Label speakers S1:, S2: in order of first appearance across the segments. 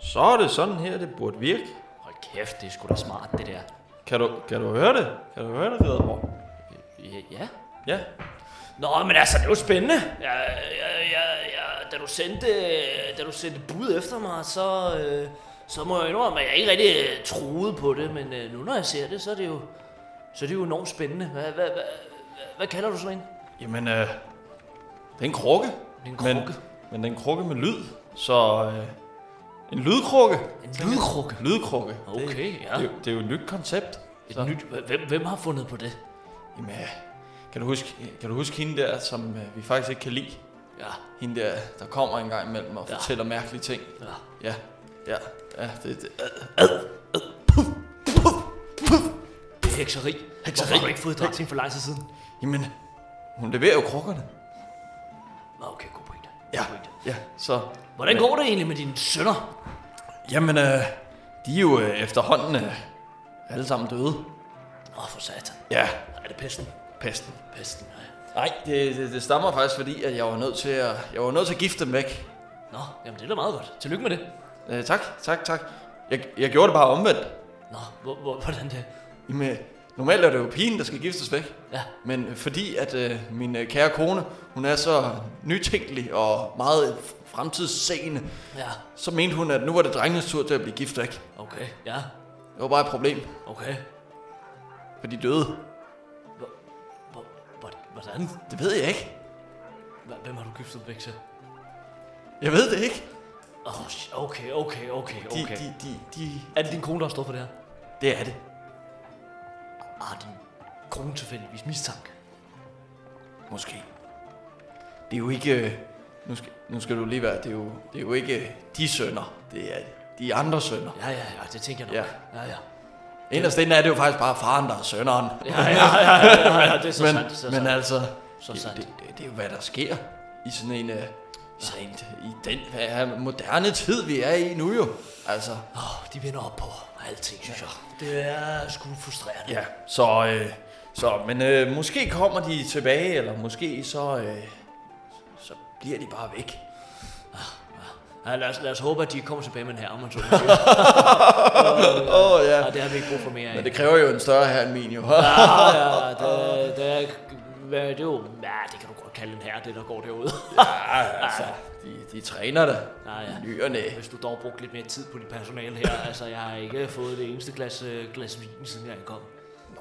S1: så er det sådan her, det burde virke.
S2: Hold kæft, det er sgu da smart, det der.
S1: Kan du, kan du høre det? Kan du høre det, Ridderborg?
S2: Ja, ja.
S1: Ja.
S2: Nå, men altså, det er jo spændende. Ja, ja, ja, ja. Da, du sendte, da du sendte bud efter mig, så, øh, så må jeg indrømme, at jeg ikke rigtig øh, troede på det. Men øh, nu når jeg ser det, så er det jo, så er det jo enormt spændende. Hvad, hvad, hvad, hvad- hvad kalder du sådan en?
S1: Jamen, øh, det er en krukke.
S2: Det er en
S1: Men,
S2: krukke.
S1: men det er en krukke med lyd. Så øh, en lydkrukke.
S2: En lydkrukke.
S1: Lydkrukke. Det,
S2: Okay, ja.
S1: det, er jo, det er jo et nyt koncept.
S2: Et nyt, hvem, hvem har fundet på det?
S1: Jamen, øh, kan du huske, kan du huske hende der, som øh, vi faktisk ikke kan lide?
S2: Ja,
S1: Hende der, der kommer en gang imellem og
S2: Ja.
S1: fortæller mærkelige ting.
S2: ja.
S1: Ja, ja, ja. Det, det,
S2: Det er hekseri. Hekseri. Hvorfor har du ikke fået dræbt for lang tid siden?
S1: jamen, hun leverer jo krukkerne.
S2: Nå, okay, god pointe.
S1: Ja,
S2: God pointe.
S1: ja, så...
S2: Hvordan
S1: men-
S2: går det egentlig med dine sønner?
S1: Jamen, øh, de er jo øh, efterhånden øh, alle sammen døde.
S2: Åh, for satan.
S1: Ja,
S2: Er det pesten?
S1: pesten.
S2: Pesten, ja.
S1: Nej, det, det, det stammer faktisk fordi, at jeg var nødt til at, jeg var nødt til at gifte dem væk.
S2: Nå, jamen det er da meget godt. Tillykke med det.
S1: Øh, tak, tak, tak. Jeg, jeg gjorde det bare omvendt.
S2: Nå, hvor, hvor, hvordan det?
S1: Jamen, øh, normalt er det jo pigen, der skal giftes væk.
S2: Ja,
S1: Men øh, fordi at øh, min øh, kære kone, hun er så nytænkelig og meget fremtidsseende,
S2: ja,
S1: så mente hun, at nu var det drengenes tur til at blive gift væk.
S2: okay, ja,
S1: Det var bare et problem,
S2: okay.
S1: for de døde.
S2: Hvor, hvor, hvor, hvordan?
S1: Det ved jeg ikke.
S2: Hva- Hvem har du giftet væk til?
S1: Jeg ved det ikke.
S2: Åh, oh, okay, okay, okay,
S1: De,
S2: okay.
S1: de, de, de,
S2: Er det din kone, der har stået for det her?
S1: det er det.
S2: Har din kone tilfældigvis mistanke?
S1: Måske. Det er jo ikke... øh, Nu skal, nu skal du lige være... Det er jo, det er jo ikke øh, de sønner. Det er de andre sønner.
S2: Ja, ja, ja, det tænker jeg nok.
S1: Ja.
S2: ja, ja.
S1: Inderst inden er det jo faktisk bare faren, der er sønneren.
S2: Ja, ja, ja, ja, ja, ja, det er så
S1: men,
S2: sandt, det er så
S1: men
S2: sandt.
S1: altså...
S2: Så
S1: det,
S2: sandt.
S1: det, det, det, er jo, hvad der sker i sådan en... øh, I, sådan en, i den øh, moderne tid, vi er i nu jo. Altså...
S2: Åh, de vinder op på alting, synes jeg. Det er sgu frustrerende.
S1: Ja, så, øh, så men øh, måske kommer de tilbage, eller måske så, øh, så bliver de bare væk.
S2: Ja, lad, os, lad os håbe, at de kommer tilbage med en her, om man så må sige.
S1: Åh oh, ja,
S2: Ja, det har vi ikke brug for mere af. Ah,
S1: men det kræver jo en større her end min jo.
S2: Ja, ja, det, det, er, hvad er det jo, ja, det kan du godt kalde en her, det der går derude. Ah,
S1: ja, altså, de, de træner da.
S2: Ja, ja.
S1: I ny og næ.
S2: Hvis du dog brugte lidt mere tid på dit personale her, altså jeg har ikke fået det eneste glas, øh, glas vin, siden jeg kom.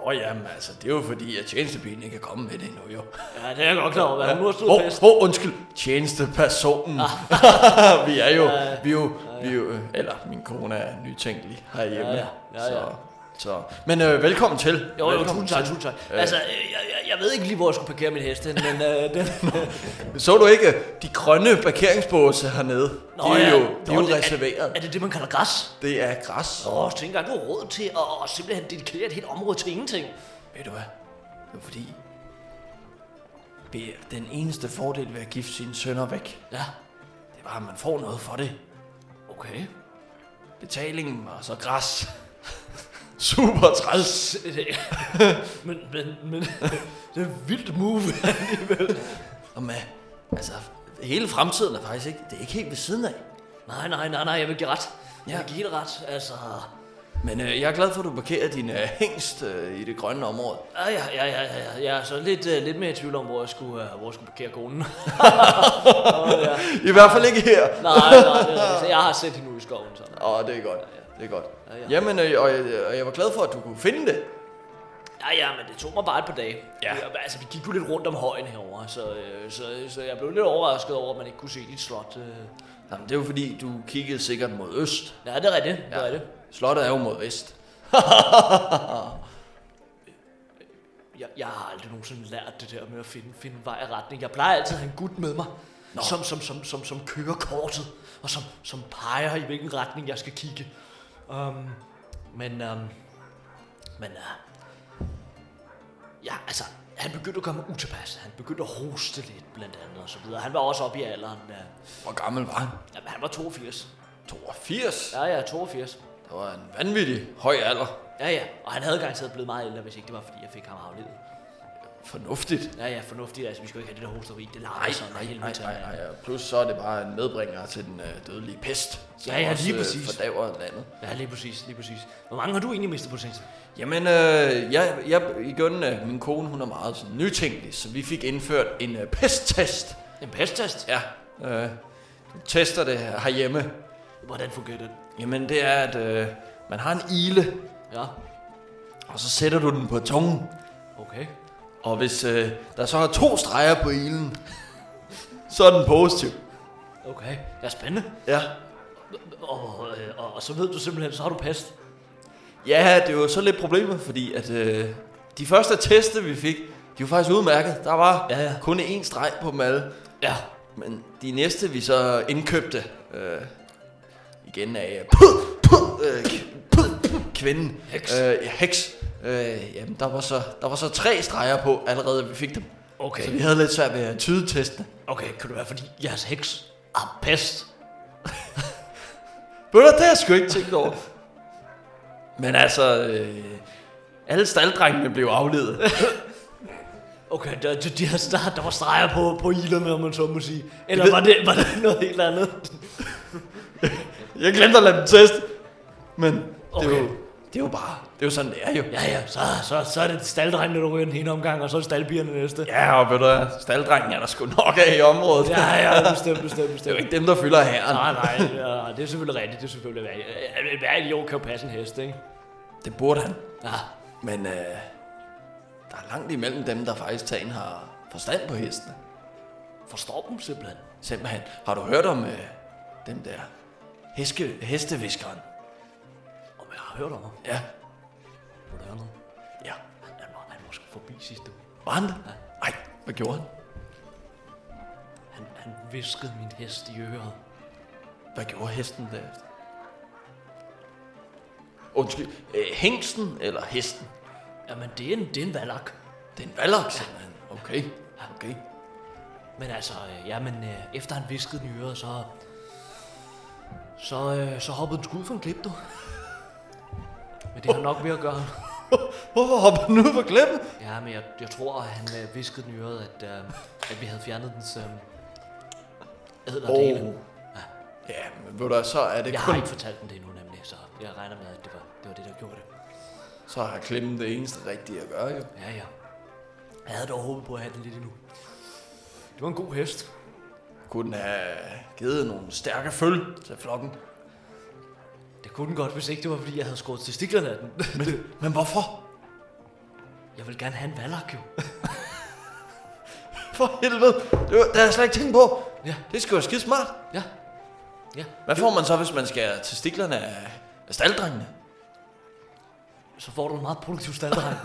S1: Nå jamen, altså, det er jo fordi, at tjenestebilen ikke kan komme med det endnu jo.
S2: Ja, det er jeg godt klar over, hvad hun nu har stået
S1: Åh,
S2: fast.
S1: oh, oh, undskyld, tjenestepersonen.
S2: Ah.
S1: vi er jo, vi er jo, vi er jo, øh, eller min kone er nytænkelig herhjemme.
S2: Ja, ja, ja, ja.
S1: Så, så. Men øh, velkommen til.
S2: Jo, jo,
S1: Velkommen
S2: tusind
S1: til.
S2: tak, tusind tak. Altså, øh, jeg, jeg, jeg ved ikke lige, hvor jeg skulle parkere min hest, hen, men øh, den,
S1: Så du ikke øh, de grønne parkeringsbåse hernede? Nå, de er jo, de er jo
S2: Nå, det-
S1: reserveret.
S2: Er, er det det, man kalder græs?
S1: det er græs.
S2: Åh, tænk engang, du har råd til at, at simpelthen dedikere et helt område til ingenting.
S1: Ved du hvad? Det er fordi... be- Den eneste fordel ved at gifte sine sønner væk,
S2: Ja,
S1: det var, at man får noget for det.
S2: okay.
S1: Betalingen var så græs. Super træls.
S2: men, men, men, det er et vildt move.
S1: Og med, altså, hele fremtiden er faktisk ikke, det er ikke helt ved siden af.
S2: nej, nej, nej, nej, jeg vil give ret. Jeg
S1: Ja.
S2: vil give det ret, altså.
S1: Men øh, jeg er glad for, at du parkerer din øh, hængst øh, i det grønne område.
S2: Ja, ja, ja, ja, ja, ja, jeg er så lidt, uh, lidt mere i tvivl om, hvor jeg skulle, uh, hvor jeg skulle parkere konen.
S1: I hvert fald ikke her.
S2: nej, nej, det er, så jeg har set hende ud i skoven, så.
S1: Åh, oh, det er godt. Det er godt.
S2: Ja, ja.
S1: Jamen, øh, og, jeg, og jeg var glad for, at du kunne finde det.
S2: Ja, ja, men det tog mig bare et par dage.
S1: Ja.
S2: Vi, altså, vi gik jo lidt rundt om højen herover, så, øh, så, så jeg blev lidt overrasket over, at man ikke kunne se dit slot. øh.
S1: Jamen, det er jo fordi, du kiggede sikkert mod øst.
S2: Ja, det er rigtigt, ja. det er rigtigt.
S1: Slottet er jo mod vest.
S2: Jeg, jeg har aldrig nogensinde lært det der med at finde, finde vej og retning. Jeg plejer altid at have en gut med mig, som, som, som, som, som kører kortet, og som, som peger i hvilken retning jeg skal kigge. Um, men um, men uh, ja, altså, han begyndte at komme utilpas. Han begyndte at hoste lidt, blandt andet, og så videre. Han var også oppe i alderen. Uh,
S1: Hvor gammel var han?
S2: jamen, han var 82.
S1: 82. Ja.
S2: Ja, ja, 82.
S1: Det var en vanvittig høj alder.
S2: Ja, ja, og han havde garanteret blevet meget ældre, hvis ikke det var, fordi jeg fik ham aflevet.
S1: fornuftigt.
S2: Ja, ja, fornuftigt. Altså, vi skal jo ikke have det der hosteri. Det larmer
S1: Nej,
S2: sådan
S1: nej,
S2: af helvede
S1: nej,
S2: til.
S1: nej, nej. og Plus så er det bare en medbringer til den øh, dødelige pest, som
S2: Ja, ja,
S1: også,
S2: lige
S1: øh,
S2: præcis.
S1: fordaver landet.
S2: Ja, lige præcis, lige præcis. Hvor mange har du egentlig mistet på det seneste?
S1: Jamen, øh, jeg, jeg, igen, øh, min kone, hun er meget sådan, nytænkelig, så vi fik indført en øh, pesttest.
S2: En pesttest?
S1: Ja, øh, du tester det her herhjemme.
S2: Hvordan fungerer den?
S1: Jamen, det er, at øh, man har en ile,
S2: Ja,
S1: og så sætter du den på tungen.
S2: okay.
S1: Og hvis øh, der så er to streger på ilen, så er den positiv.
S2: Okay, det er spændende.
S1: Ja.
S2: Og, øh, og, og så ved du simpelthen, så har du pest.
S1: Ja, det var så lidt problemer, fordi at øh, de første teste, vi fik, de var faktisk udmærket. Der var
S2: Ja, ja.
S1: kun én streg på dem alle.
S2: Ja,
S1: Men de næste, vi så indkøbte, øh, igen af øh, pud, pud, øh, pud, pud, kvinden,
S2: Heks.
S1: Øh, ja, heks. Øh, jamen, der var, så, der var så tre streger på, allerede da vi fik dem. Så vi
S2: okay.
S1: havde lidt svært ved at tyde testene.
S2: Okay, kan du være, fordi jeres heks har pest?
S1: Ved du, det har jeg sgu ikke tænkt over. Men altså, øh, alle stalddrengene blev afledet.
S2: Okay, der, der, der, der, der var streger på, på ilerne, om man så må sige. Eller
S1: ved-
S2: var det, var det noget helt andet?
S1: Jeg glemte at lade dem teste. Men okay. det, er
S2: Okay.
S1: jo, det er jo bare, det er jo sådan, det er jo.
S2: Ja, ja, så, så, så er det stalddrengene, der ryger den ene omgang, og så er det staldbierne næste.
S1: Ja, og ved du hvad, stalddrengen er der sgu nok af i området. Ja.
S2: Ja, ja, bestemt, bestemt,
S1: Det er
S2: bestemt.
S1: jo ikke dem, der fylder herren.
S2: Nej, nej, ja, det er selvfølgelig rigtigt, det er selvfølgelig rigtigt. Hver idiot kan jo passe en hest, ikke?
S1: Det burde han.
S2: Ja,
S1: Men øh, der er langt imellem dem, der faktisk tagen har forstand på hestene.
S2: forstår dem simpelthen.
S1: Simpelthen. Har du hørt om øh, dem der heske, hesteviskeren?
S2: Og jeg har hørt om ham.
S1: Ja.
S2: Vil du høre noget?
S1: Ja.
S2: Han var, han var sgu forbi sidste uge.
S1: Var han det? Nej, hvad gjorde han?
S2: Han, han viskede min hest i øret.
S1: Hvad gjorde hesten derefter? Undskyld, øh, hængsten eller hesten?
S2: Jamen, det er en, det er en valak.
S1: Det er en valak, simpelthen. Okay, okay.
S2: Men altså, øh, jamen, øh, efter han viskede den i øret, så... Så, øh, så hoppede den skud for en klip, du. Men det har nok med at gøre.
S1: Hvorfor hopper den ud på klippen?
S2: Ja, men jeg, jeg tror, at han øh, viskede den i øret, at, øh, at vi havde fjernet dens øh, ædlerdele.
S1: Åh. Ja, men ved du hvad, så er det
S2: Jeg
S1: kun...
S2: har ikke fortalt den det endnu, nemlig, så jeg regner med, at det var det, var det der gjorde det.
S1: Så har klippen det eneste rigtige at gøre, jo.
S2: Ja, ja. Jeg havde dog håbet på at have den lidt endnu. Det var en god hest.
S1: Kunne den have givet nogle stærke føl til flokken.
S2: Det kunne den godt, hvis ikke det var, fordi jeg havde skåret testiklerne af den.
S1: Men, men hvorfor?
S2: Jeg vil gerne have en valak, jo.
S1: For helvede, det, var, det har jeg slet ikke tænkt på.
S2: Ja,
S1: Det skulle være skide smart.
S2: ja. Ja,
S1: Hvad får man så, hvis man skal til stiklerne af, af stalddrengene?
S2: så får du en meget produktiv staldreng.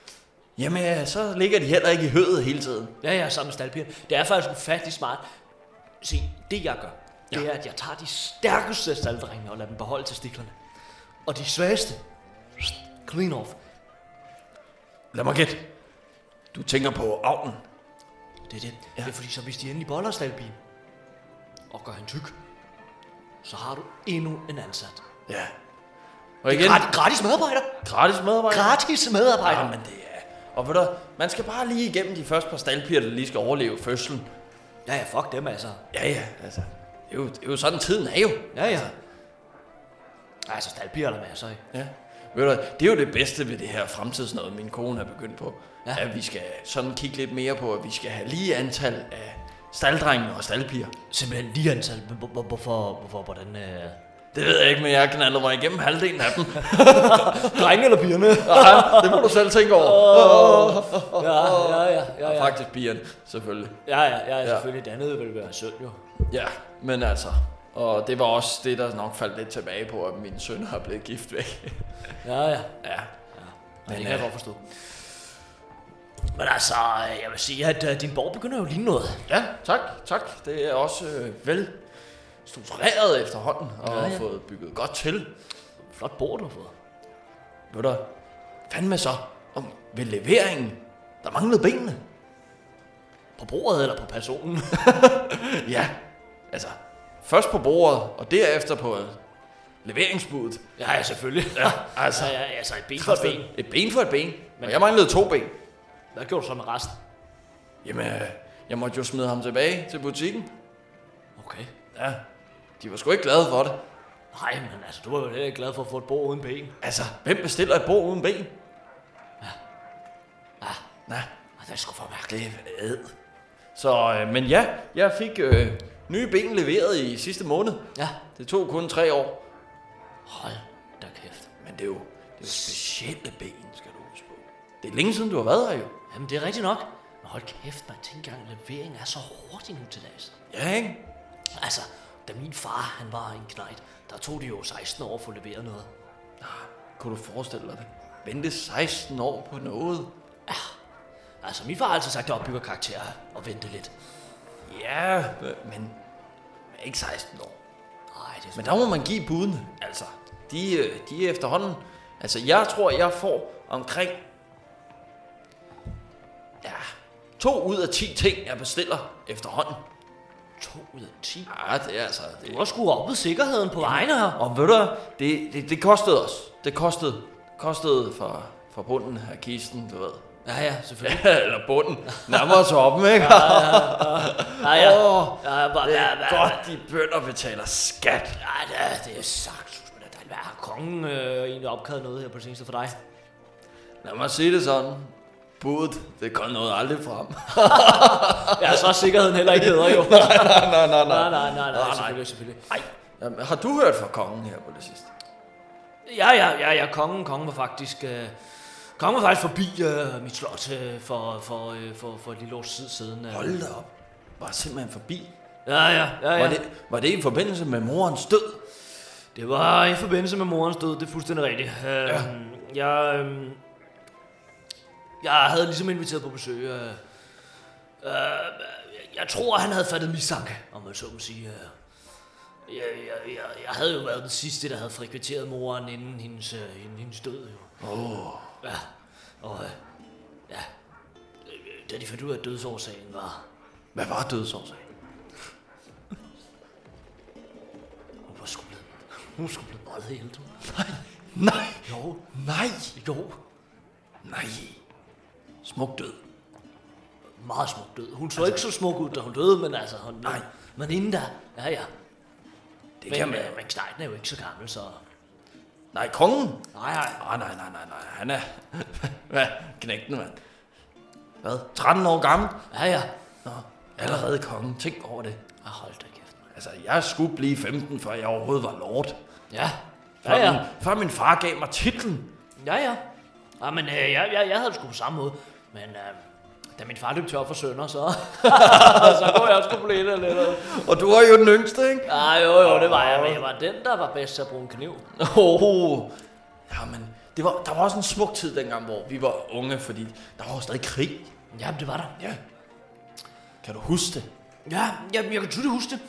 S1: Jamen, ja, så ligger de heller ikke i hødet hele tiden.
S2: ja, ja, sammen med staldpigerne. Det er faktisk ufattelig smart. Se, det jeg gør, det
S1: Ja.
S2: er, at jeg tager de stærkeste af stalddrengene og lader dem beholde testiklerne. Og de svageste, clean off.
S1: Lad mig gætte. Du tænker på avnen.
S2: Det er det.
S1: Ja.
S2: Ja. Det er fordi, så hvis de endelig boller staldpigen, og gør hende tyk, så har du endnu en ansat.
S1: Ja. Og igen,
S2: Grat, gratis medarbejder.
S1: gratis medarbejder.
S2: Gratis medarbejder.
S1: Ja, men det er... Og ved du, hvad, man skal bare lige igennem de første par staldpiger, der lige skal overleve fødslen.
S2: Ja, ja, fuck dem altså.
S1: Ja, ja, altså. Det er jo, det er jo sådan, tiden er jo.
S2: Ja, ja. Altså, staldpiger er der masser af.
S1: Ja. Ved du, hvad, det er jo det bedste ved det her fremtidsnød, min kone har begyndt på. Ja.
S2: Ja.
S1: At vi skal sådan kigge lidt mere på, at vi skal have lige antal af stalddrenge og staldpiger.
S2: Simpelthen lige antal. Men hvor- hvor- Hvorfor, hvorfor, hvordan... Øh...
S1: Det ved jeg ikke, men jeg knaldede mig igennem halvdelen af dem.
S2: Drenge eller pigerne?
S1: Ej, det må du selv tænke over.
S2: ja, ja, ja, ja,
S1: Og
S2: ja.
S1: faktisk pigerne, selvfølgelig.
S2: Ja, ja, ja, selvfølgelig. Det andet vil være synd, jo.
S1: Ja, men altså. Og det var også det, der nok faldt lidt tilbage på, at min søn har blevet gift væk.
S2: Ja, ja.
S1: ja.
S2: Men,
S1: Men,
S2: det kan jeg
S1: øh,
S2: godt forstå. Men altså, øh, jeg vil sige, at øh, din borg begynder jo lige noget.
S1: ja, tak, tak. Det er også øh, vel struktureret efterhånden, og ja,
S2: Ja,
S1: ja.
S2: ja.
S1: fået bygget godt til.
S2: Flot borg, du har fået.
S1: Ved du, fandme så om ved leveringen, der manglede benene.
S2: På bordet eller på personen?
S1: Ja, altså, først på bordet, og derefter på øh, leveringsbuddet.
S2: ja, ja, selvfølgelig. Ja,
S1: Altså,
S2: altså, ja, ja, altså et ben for et ben.
S1: Et ben for et ben. Men
S2: Men-
S1: jeg manglede to ben.
S2: Hvad gjorde du så med resten?
S1: Jamen, øh, jeg måtte jo smide ham tilbage til butikken.
S2: Okay.
S1: Ja, de var sgu ikke glade for det.
S2: Nej, men altså, du var jo heller ikke glad for at få et bord uden ben.
S1: Altså, hvem bestiller et bord uden ben? Ah.
S2: Ja,
S1: Nej,
S2: og det er sgu for mærkeligt.
S1: det er æd. Så, øh, men ja, jeg fik øh, nye ben leveret i sidste måned.
S2: Ja,
S1: Det tog kun tre år.
S2: hold da kæft.
S1: Men det er jo, det er jo specielle ben, skal du huske på. Det er længe siden, du har været her jo.
S2: Jamen, det er rigtigt nok. Men hold kæft, man tænker engang, levering er så hurtig nu til dags.
S1: Ja, ikke?
S2: Altså, da min far, han var en knejt, der tog det jo 16 år at få leveret noget.
S1: Kunne du forestille dig det? Vente 16 år på noget?
S2: Altså, min far har altid sagt, at det opbygger karakterer og vente lidt.
S1: Ja, men men ikke 16 år.
S2: Nej, det er
S1: Men der må man give budene, altså. De, øh, de er efterhånden... Altså, jeg tror, jeg får omkring... Ja, to ud af ti ting, jeg bestiller efterhånden.
S2: to ud af 10.
S1: Ja, det er altså...
S2: Du
S1: Det.
S2: har skruet op med sikkerheden på vejen her.
S1: Og ved du, hvad, det, det, det kostede os. Det kostede, kostede fra, fra bunden af kisten, du ved.
S2: Ja, ja, selvfølgelig.
S1: Ja, eller bunden. Nærmere toppen, ikke? Ja,
S2: Ja, ja.
S1: Åh,
S2: Ja, hva-
S1: det
S2: hva-
S1: er
S2: hva-
S1: godt, de bønder betaler skat.
S2: Ja, det, det er sagt. Men der er kongen øh, egentlig opkrævet noget her på det seneste for dig.
S1: Lad mig sige det sådan. Budet, det kom noget aldrig frem.
S2: Ja, så er sikkerheden heller ikke hedder jo. nej,
S1: nej, nej,
S2: nej, nej, nej,
S1: nej.
S2: nej, selvfølgelig, selvfølgelig.
S1: Ej, jamen, har du hørt fra kongen her på det sidste?
S2: Ja, ja, ja, ja, kongen, kongen var faktisk... Øh, kongen var faktisk forbi øh, mit slot øh, for, for, øh, for, for et lille års tid siden. Øh.
S1: Hold da op. Var simpelthen forbi.
S2: Ja, ja, ja, ja.
S1: Var, det, var det i forbindelse med morens død?
S2: Det var i forbindelse med morens død, det er fuldstændig rigtigt. Øh, ja. Jeg, øh, jeg havde ligesom inviteret på besøg. Øh, øh, jeg- jeg tror, han havde fattet mistanke, om man så må sige. Øh, jeg, jeg, jeg, jeg havde jo været den sidste, der havde frekventeret moren inden hendes, øh, inden hendes død. Jo. Oh. Ja, og øh, ja, Øh, da de fandt ud af, at dødsårsagen var,
S1: Hvad var dødsårsagen?
S2: hun var sgu blevet, hun var sgu blevet meget ældre.
S1: Nej,
S2: Jo,
S1: nej,
S2: jo,
S1: nej. Smuk død.
S2: meget smuk død. Hun så altså, ikke så smuk ud, da hun døde, men altså... Hun,
S1: Nej.
S2: Men inden da, ja ja.
S1: Det
S2: Men,
S1: kan
S2: øh,
S1: man.
S2: men Knejten er jo ikke så gammel, så...
S1: Nej, kongen. Ah,
S2: Nej, nej.
S1: Nej, nej, nej, nej, nej. Han er... Hvad? Knægten, mand. Hvad? 13 år gammel?
S2: Ja ja.
S1: Nå, allerede kongen. Tænk over det.
S2: Ah, hold da kæft, mand.
S1: Altså, jeg skulle blive 15, før jeg overhovedet var lord.
S2: Ja.
S1: Før,
S2: Ja ja.
S1: min, før min far gav mig titlen.
S2: Ja ja. Ja, men øh, jeg, jeg, jeg havde det sgu på samme måde. Men øh, da min far løb tør for sønner, så... så kunne jeg også kunne blive lidt lidt.
S1: Og du var jo den yngste, ikke?
S2: Ah, jo jo, det var jeg, men jeg var den, der var bedst til at bruge en kniv.
S1: Oh, jamen, det var, der var også en smuk tid dengang, hvor vi var unge, fordi der var jo stadig krig.
S2: Jamen, det var der.
S1: Ja. Kan du huske det?
S2: Ja, jeg, jeg kan tydeligt huske det.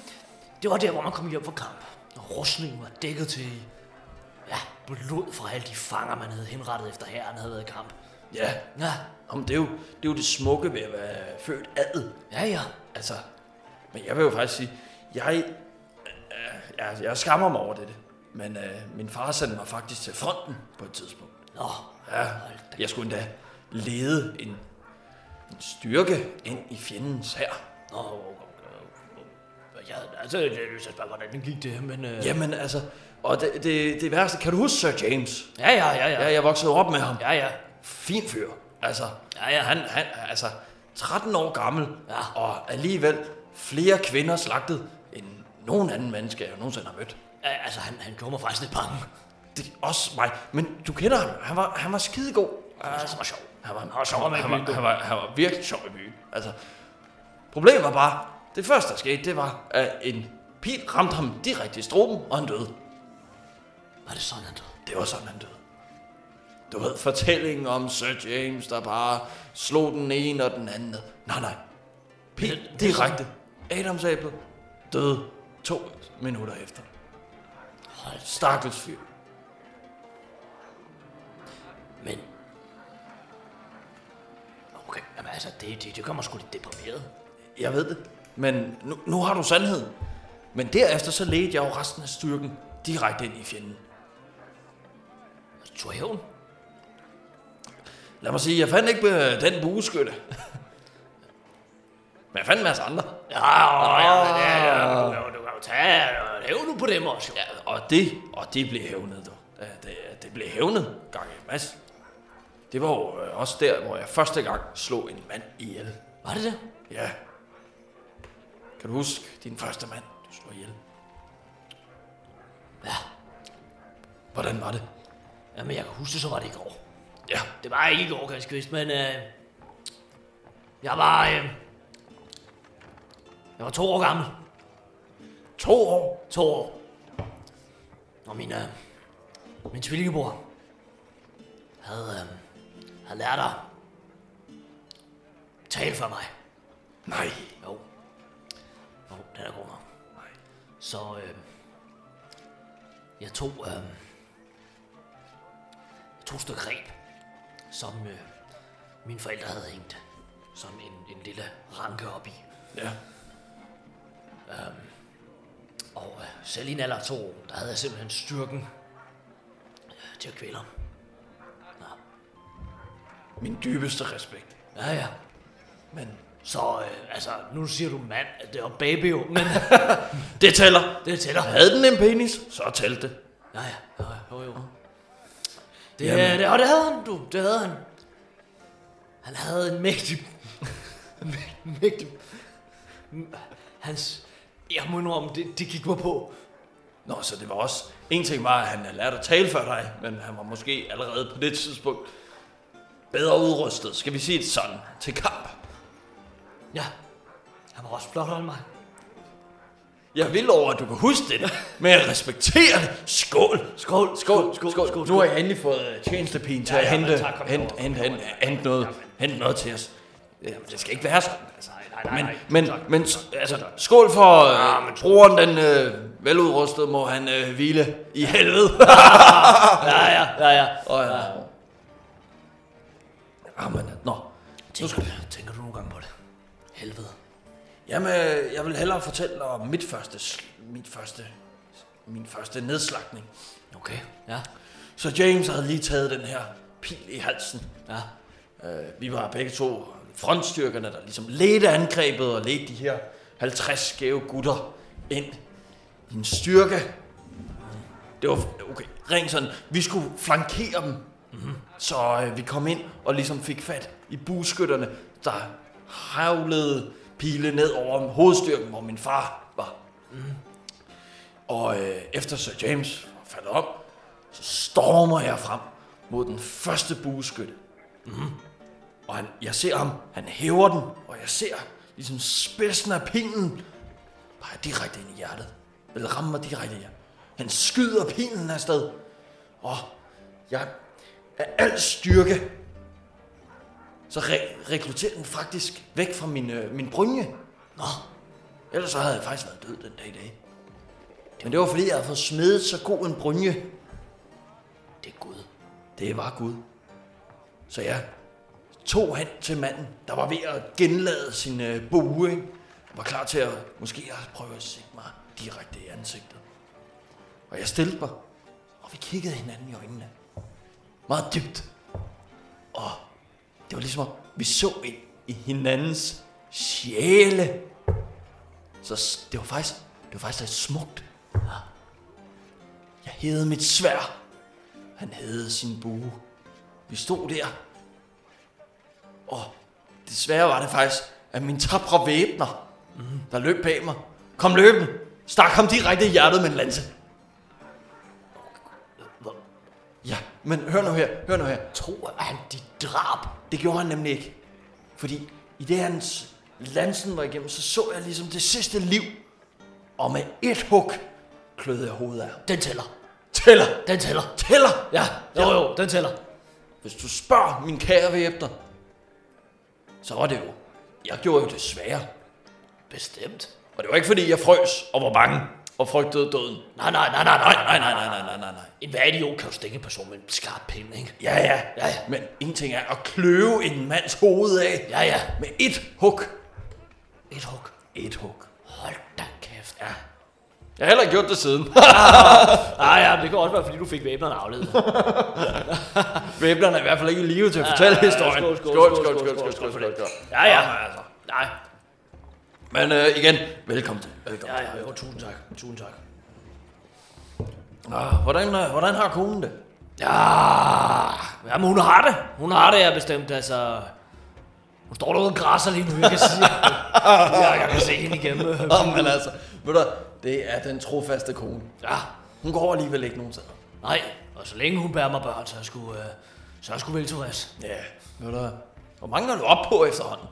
S2: Det var der, hvor man kom hjem fra kamp. Og rustningen var dækket til i, ja, blod fra alle de fanger, man havde henrettet efter herren havde været i kamp.
S1: Ja.
S2: Ja,
S1: Jamen, det, er jo, det er jo det smukke ved at være født adel.
S2: ja, ja.
S1: Altså, men jeg vil jo faktisk sige, jeg, øh, jeg, jeg skammer mig over det. Men øh, min far sendte mig faktisk til fronten på et tidspunkt.
S2: Nå,
S1: Ja,
S2: hold da.
S1: jeg skulle endda lede en, en styrke ind i fjendens her.
S2: Nå, øh, øh, øh, ja, altså, jeg jeg synes bare, hvordan det gik det, men... Øh,
S1: Jamen altså, og det, det, det værste, kan du huske Sir James?
S2: ja, ja, ja, ja.
S1: Ja, jeg voksede op med ham.
S2: Ja, ja.
S1: Fin fyr. Altså,
S2: Ja, ja.
S1: han, han er altså 13 år gammel,
S2: Ja.
S1: og alligevel flere kvinder slagtet end nogen anden menneske, jeg nogensinde har mødt.
S2: Ja, Altså, han, han gjorde mig faktisk lidt bange.
S1: Det er også mig. Men du kender ham. Han var, han var skidegod.
S2: Altså, det var sjovt.
S1: Han var, han,
S2: var sjov
S1: var,
S2: med i
S1: han,
S2: byen,
S1: var,
S2: du.
S1: han, var, han var virkelig sjov i byen. Altså, problemet var bare, det første der skete, det var, at en pil ramte ham direkte i struben, og han døde.
S2: Var det sådan, han døde?
S1: Det var sådan, han døde. Du ved, fortællingen om Sir James, der bare slog den ene og den anden ned. Nej, nej. Pil
S2: Men-
S1: direkte. Adams æble døde to minutter efter.
S2: Hold
S1: Stakkels fyr.
S2: Men... Okay, jamen, altså, det, det, det gør mig sgu lidt deprimeret.
S1: Jeg ved det. Men nu, nu har du sandheden. Men derefter så ledte jeg jo resten af styrken
S2: Altså,
S1: direkte ind i fjenden.
S2: Tog hævn?
S1: Lad mig sige, jeg fandt ikke øh, den bueskytte. Men jeg fandt en masse andre.
S2: Ja, ja, ja, ja. Du, kan jo- du kan jo tage og hæve nu på dem også. Ah. Ja.
S1: Og det, og det blev hævnet, du. Ja, Det, det blev hævnet, gang i masse. Det var jo øh, også der, hvor jeg første gang slog en mand ihjel.
S2: Var det det?
S1: Ja. Kan du huske din første mand, du slog ihjel?
S2: Ja.
S1: Hvordan var det?
S2: Jamen, jeg kan huske, det, så var det i går.
S1: Ja.
S2: Det var ikke i går, ganske vist, men øh, jeg var... Øh, jeg var to år gammel.
S1: To år.
S2: To år. Og min, øh, min tvillingebror havde, øh, havde lært at tale for mig.
S1: Nej.
S2: Jo. Jo, den er god nok. Så øh, jeg tog, øh, jeg tog et stykke reb, som øh, mine forældre havde hængt sådan en, en lille ranke op i.
S1: Ja.
S2: Og øh, selv i en alder af to år, der havde jeg simpelthen styrken øh, til at kvæle ham.
S1: Min dybeste respekt.
S2: Ja, ja.
S1: Men
S2: Så øh, altså, nu siger du mand, at det var baby jo, men
S1: det tæller.
S2: det tæller.
S1: Havde den en penis, så tælte det.
S2: Ja, ja. Jo, jo, jo. Det,
S1: Jamen.
S2: øh, det, og det havde han, du. Det havde han. Han havde en mægtig... en mægtig... mægtig m- hans... Jeg må indrømme, det, det gik mig på.
S1: Nå, så det var også... En ting var, at han havde lært at tale for dig, men han var måske allerede på det tidspunkt bedre udrustet, skal vi sige det sådan, til kamp.
S2: Ja. Han var også flottere end mig.
S1: Jeg vil over, at du kan huske det, men jeg respekterer det. Skål!
S2: Skål, skål, skål, skål, skål.
S1: Nu har jeg endelig fået øh, tjenestepigen til
S2: Ja,
S1: at
S2: ja, men
S1: hente,
S2: tak, kom
S1: hente,
S2: over,
S1: hente, hente, hente, noget, hente noget til os. Ja, Det skal ikke være sådan, altså.
S2: Nej, nej, nej,
S1: Men,
S2: nej.
S1: men,
S2: Tak.
S1: men s- altså, skål for
S2: Ja, men
S1: øh, broren, den øh, veludrustede, må han øh, hvile i helvede.
S2: Ja, ja, ja, ja.
S1: Og, øh, jamen, Ah, nå. Nu
S2: Tænker,
S1: skal,
S2: tænker du nogle gange på det? Helvede.
S1: jamen, øh, jeg vil hellere fortælle om mit første, sl- mit første, min første nedslagning.
S2: Okay, ja,
S1: Så James havde lige taget den her pil i halsen.
S2: ja.
S1: Øh, vi var begge to frontstyrkerne, der ligesom ledte angrebet og ledte de her 50 skæve gutter ind i en styrke. Det var, okay, rent sådan, vi skulle flankere dem. Mm-hmm. Så øh, vi kom ind og ligesom fik fat i buskytterne, der havlede pile ned over hovedstyrken, hvor min far var. Mhm. Og øh, efter Sir James falder om, så stormer jeg frem mod den første bueskytte. Mm-hmm. Og han, jeg ser ham, han hæver den, og jeg ser ligesom spidsen af pinden peger direkte ind i hjertet. Eller rammer mig direkte i hjertet. Han skyder pinden afsted. Og jeg af al styrke, så re- rekrutterer den faktisk væk fra min, øh, min brynje.
S2: Nå,
S1: Ellers så havde jeg faktisk været død den dag i dag. Men det var fordi, jeg havde fået smedet så god en brynje.
S2: det er Gud.
S1: Det var Gud. Så jeg tog hen til manden, der var ved at genlade sin øh, bue. Ikke? Han var klar til at måske at prøve at sigte mig direkte i ansigtet. Og jeg stillede mig, og vi kiggede hinanden i øjnene. Meget dybt. Og det var ligesom, om vi så ind i hinandens sjæle. Så s- det var faktisk, det var faktisk lidt smukt. Jeg hævede mit svær. Han havde sin bue. Vi stod der. Og desværre var det faktisk, at min tapre væbner,
S2: Mhm.
S1: der løb bag mig, kom løbende, stak ham direkte i hjertet med en lanse.
S2: Hvor,
S1: Ja, men hør nu her, hør nu her.
S2: tror han, de drab?
S1: Det gjorde han nemlig ikke. Fordi i det hans lansen var igennem, så så jeg ligesom det sidste liv. Og med et hug kløede jeg hovedet af ham.
S2: Den tæller.
S1: Tæller!
S2: Den tæller.
S1: Tæller!
S2: Ja, jo jo, den tæller.
S1: Hvis du spørger min kære væbner, så var det jo. Jeg gjorde jo det svære.
S2: Bestemt.
S1: Og det var ikke fordi, jeg frøs og var bange og frygtede døden.
S2: Nej, nej, nej, nej, nej, nej, nej, nej.
S1: nej, nej, nej.
S2: En hver idiot kan jo stikke en person med en skarp pind, ikke?
S1: Ja, ja, ja, ja. Men en ting er at kløve en mands hoved af
S2: Ja, ja.
S1: med et hug.
S2: Et hug.
S1: Et hug.
S2: Hold da kæft.
S1: Ja. Jeg har heller ikke gjort det siden.
S2: Ah ja, men det kan også være, fordi du fik væbnerne afledet.
S1: Væblerne er i hvert fald ikke i live til at fortælle
S2: ja, ja,
S1: historien.
S2: skål, skål, skål, skål, skål, skål for det.
S1: Ja, ja. Altså.
S2: Nej,
S1: Men øh, igen, velkommen til. Velkommen.
S2: ja, ja, jo, tusind tak, tusind tak.
S1: Ah, hvordan, øh, hvordan har konen det?
S2: Ja, jamen hun har det. Hun har det, jeg bestemt, altså. Hun står derude og græsser lige nu, jeg kan se. ja, jeg kan se hende igennem.
S1: Nå, men altså, ved du, det er den trofaste kone.
S2: Ja,
S1: Hun går alligevel ikke nogen steder.
S2: nej, og så længe hun bærer mig børn, så er jeg sgu, øh, så er jeg sgu vel tilfreds.
S1: Ja, ved du, hvor mange er du op på efterhånden?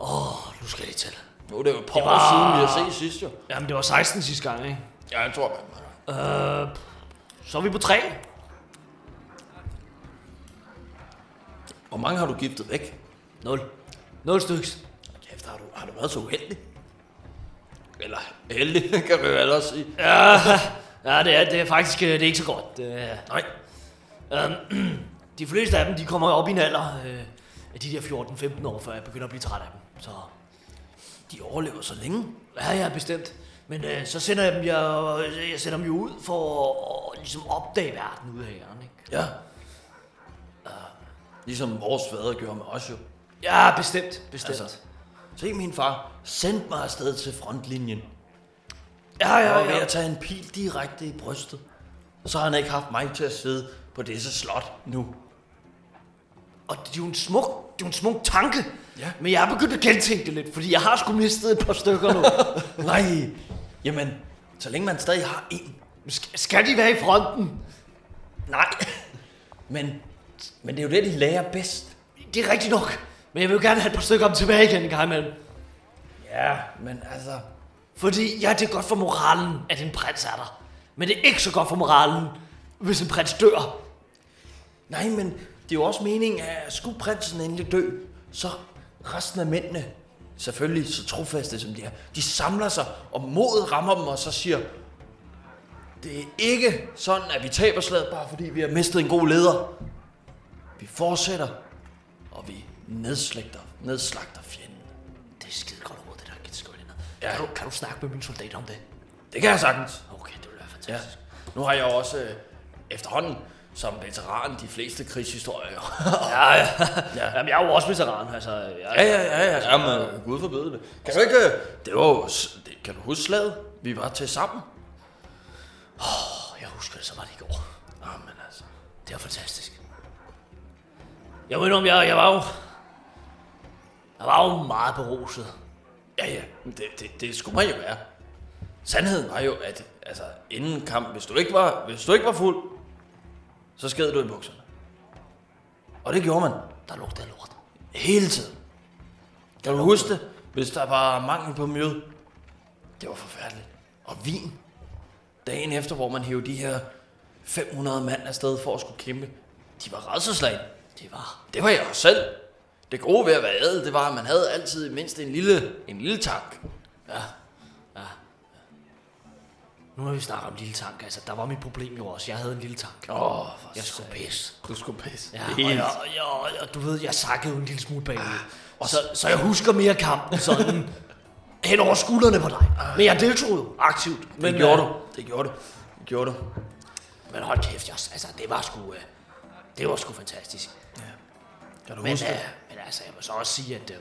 S2: Åh, oh, nu skal det til.
S1: Nu er det jo et par år siden, vi har set sidst jo.
S2: Jamen, det var 16 sidste gang, ikke?
S1: Ja, jeg tror, man.
S2: Øh, så er vi på 3.
S1: Hvor mange har du giftet væk?
S2: 0. 0 styks.
S1: Kæft, har du, har du været så uheldig? Eller heldig, kan man jo ellers sige. Ja.
S2: Ja, det er, det er faktisk øh, det er ikke så godt. Det er,
S1: Nej.
S2: de fleste af dem, de kommer op i en alder øh, af de der 14-15 år, før jeg begynder at blive træt af dem. Så
S1: De overlever så længe.
S2: ja, ja, bestemt. Men øh, så sender jeg dem, jeg, jeg sender dem jo ud for at, at ligesom opdage verden ude af herren, ikke?
S1: Ja. Ligesom vores fader gjorde med os jo.
S2: Ja, bestemt, bestemt.
S1: Altså,
S2: Altså,
S1: se min far, sendte mig afsted til frontlinjen.
S2: ja,
S1: Jeg var
S2: ja,
S1: ved
S2: ja.
S1: at tage en pil direkte i brystet. Så har han ikke haft mig til at sidde på disse slot nu.
S2: Og det er jo en smuk, det er jo en smuk tanke.
S1: Ja.
S2: Men jeg er begyndt at gentænke det lidt, fordi jeg har sgu mistet et par stykker nu.
S1: Nej, jamen, så længe man stadig har en.
S2: skal, skal de være i fronten?
S1: Nej. Men, men det er jo det, de lærer bedst.
S2: Det er rigtigt nok. Men jeg vil jo gerne have et par stykker om tilbage igen en gang imellem.
S1: Ja, men altså...
S2: Fordi ja, det er godt for moralen, at en prins er der. Men det er ikke så godt for moralen, hvis en prins dør.
S1: Nej, men det er jo også meningen, at skulle prinsen endelig dø, så resten af mændene, selvfølgelig så trofaste som de er, de samler sig, og modet rammer dem, og så siger, det er ikke sådan, at vi taber slaget, bare fordi vi har mistet en god leder. Vi fortsætter, og vi nedslagter, nedslagter fjenden.
S2: Det er skide godt råd, det der gitskøjlinder.
S1: Ja.
S2: Ja. Kan, du, kan du snakke med mine soldater om det?
S1: Det kan jeg sagtens.
S2: Okay, det ville være
S1: Ja.
S2: fantastisk.
S1: Nu har jeg jo også øh, efterhånden, som veteran, de fleste krigshistorier.
S2: Ja, ja. ja. Jamen, jeg er jo også veteran, altså. Jeg,
S1: Ja, ja, ja, ja. Jamen, øh, Gud forbyde det. Kan du ikke... øh, Det var jo... s- det- Kan du huske slaget? Vi var til sammen.
S2: Åh, jeg husker det så meget i går.
S1: Jamen altså.
S2: Det var fantastisk. Jeg ved om jeg, jeg var jo... Jeg var jo meget beruset.
S1: Ja, ja. men Det, det, det skulle man jo være. Sandheden var jo, at altså, inden kamp, hvis du ikke var, hvis du ikke var fuld, så sked du i bukserne. Og det gjorde man.
S2: Der lugtede af lort.
S1: Hele tiden. Kan du huske det? Hvis der var mangel på mjød. Det var forfærdeligt. Og vin. Dagen efter, hvor man hævde de her 500 mand afsted for at skulle kæmpe. De var redselslagne.
S2: Det var...
S1: Det var jeg jo selv. Det gode ved at være adel, det var, at man havde altid mindst en lille, en lille tank.
S2: Nu har vi snakket om lille tank, altså. Der var mit problem jo også. Jeg havde en lille tank.
S1: Åh, oh, for
S2: Jeg skulle pisse.
S1: Du skulle pisse.
S2: Ja, og, jeg, og, jeg, og, jeg- du ved, jeg sakkede jo en lille smule
S1: Ah,
S2: bagud. Og så, så jeg husker mere kampen sådan hen over skuldrene på dig. Men jeg deltog jo aktivt. Men,
S1: Ah. det gjorde
S2: øh,
S1: du. Det gjorde du. Det gjorde du.
S2: Men hold kæft, jeg, altså, det var sgu, øh, det var sgu fantastisk.
S1: Kan du
S2: Men,
S1: huske
S2: øh,
S1: det?
S2: men altså, jeg må så også sige, at øh,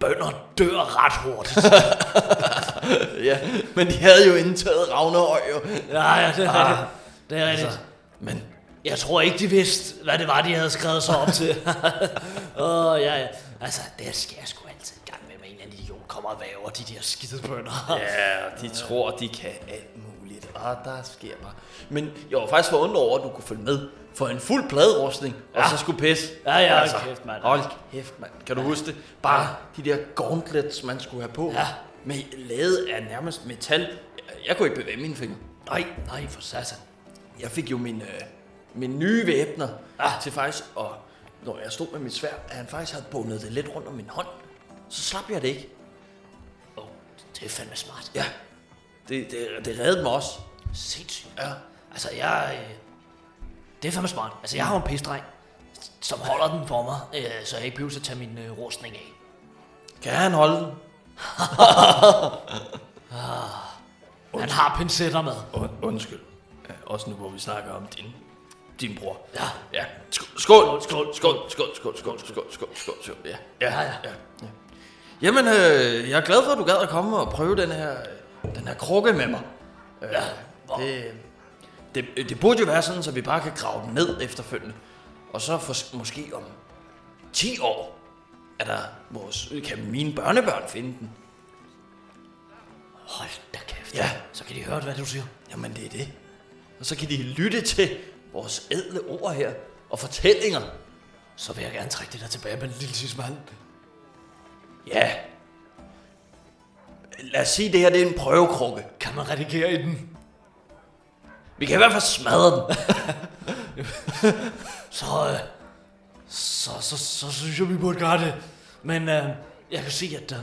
S2: bønder dør ret hurtigt.
S1: Ja, men de havde jo indtaget Ragnarøj jo.
S2: ja, ja, det er rigtigt. Det er rigtigt.
S1: Men
S2: Ah, altså, Jeg tror ikke, de vidste, hvad det var, de havde skrevet sig op til. Åh, oh, ja, ja. Altså, det sker jeg sgu altid en gang med, med en eller anden idiot kommer og væver de der skidede bønder.
S1: ja, de tror, de kan alt muligt. Og der sker bare. Men jeg var faktisk forundret over, at du kunne følge med for en fuld pladerustning, ja. og så skulle pisse. Altså,
S2: Ja, ja, hold kæft, mand.
S1: Hold kæft, mand. Kan du huske det? Bare de der gauntlets, man skulle have på.
S2: Ja.
S1: Med lavet af nærmest metal. Jeg kunne ikke bevæge mine fingre.
S2: Nej, nej, for satan.
S1: Jeg fik jo min, øh, min nye væbner ah. til faktisk, og når jeg stod med mit svær, at han faktisk havde bundet det lidt rundt om min hånd. Så slap jeg det ikke.
S2: Åh, oh, det er fandme smart.
S1: Ja, det, det, det reddede mig også.
S2: Sindssygt.
S1: Ja.
S2: Altså, jeg... Øh, det er fandme smart. Altså, jeg har jo en pisdreng, som holder den for mig, øh, så jeg ikke behøver at tage min øh, rustning af.
S1: Kan han holde den?
S2: Han har pincetter med.
S1: Und, undskyld. Ja, også nu, hvor vi snakker om din, din bror.
S2: Ja.
S1: Ja. Sk- Skål, skål, skål, skål, skål, skål, skål, skål, skål, skål. Ja, ja,
S2: Ja, ja.
S1: ja. Jamen, øh, jeg er glad for, at du gad at komme og prøve den her, øh, den her krukke med mig. Øh, ja. Det, det, det burde jo være sådan, så vi bare kan grave den ned efterfølgende. Og så for, måske om 10 år, er der vores, kan mine børnebørn finde den.
S2: Hold da kæft.
S1: Ja.
S2: Så kan de høre, hvad du siger.
S1: Jamen, det er det. Og så kan de lytte til vores ædle ord her og fortællinger.
S2: Så vil jeg gerne trække det der tilbage med en lille sidste mand.
S1: Ja. Lad os sige, det her det er en prøvekrukke.
S2: Kan man redigere i den?
S1: Vi kan i hvert fald smadre den.
S2: Så, øh, så, så, så synes jeg, vi burde gøre det. Men øh, jeg kan se, at... Øh,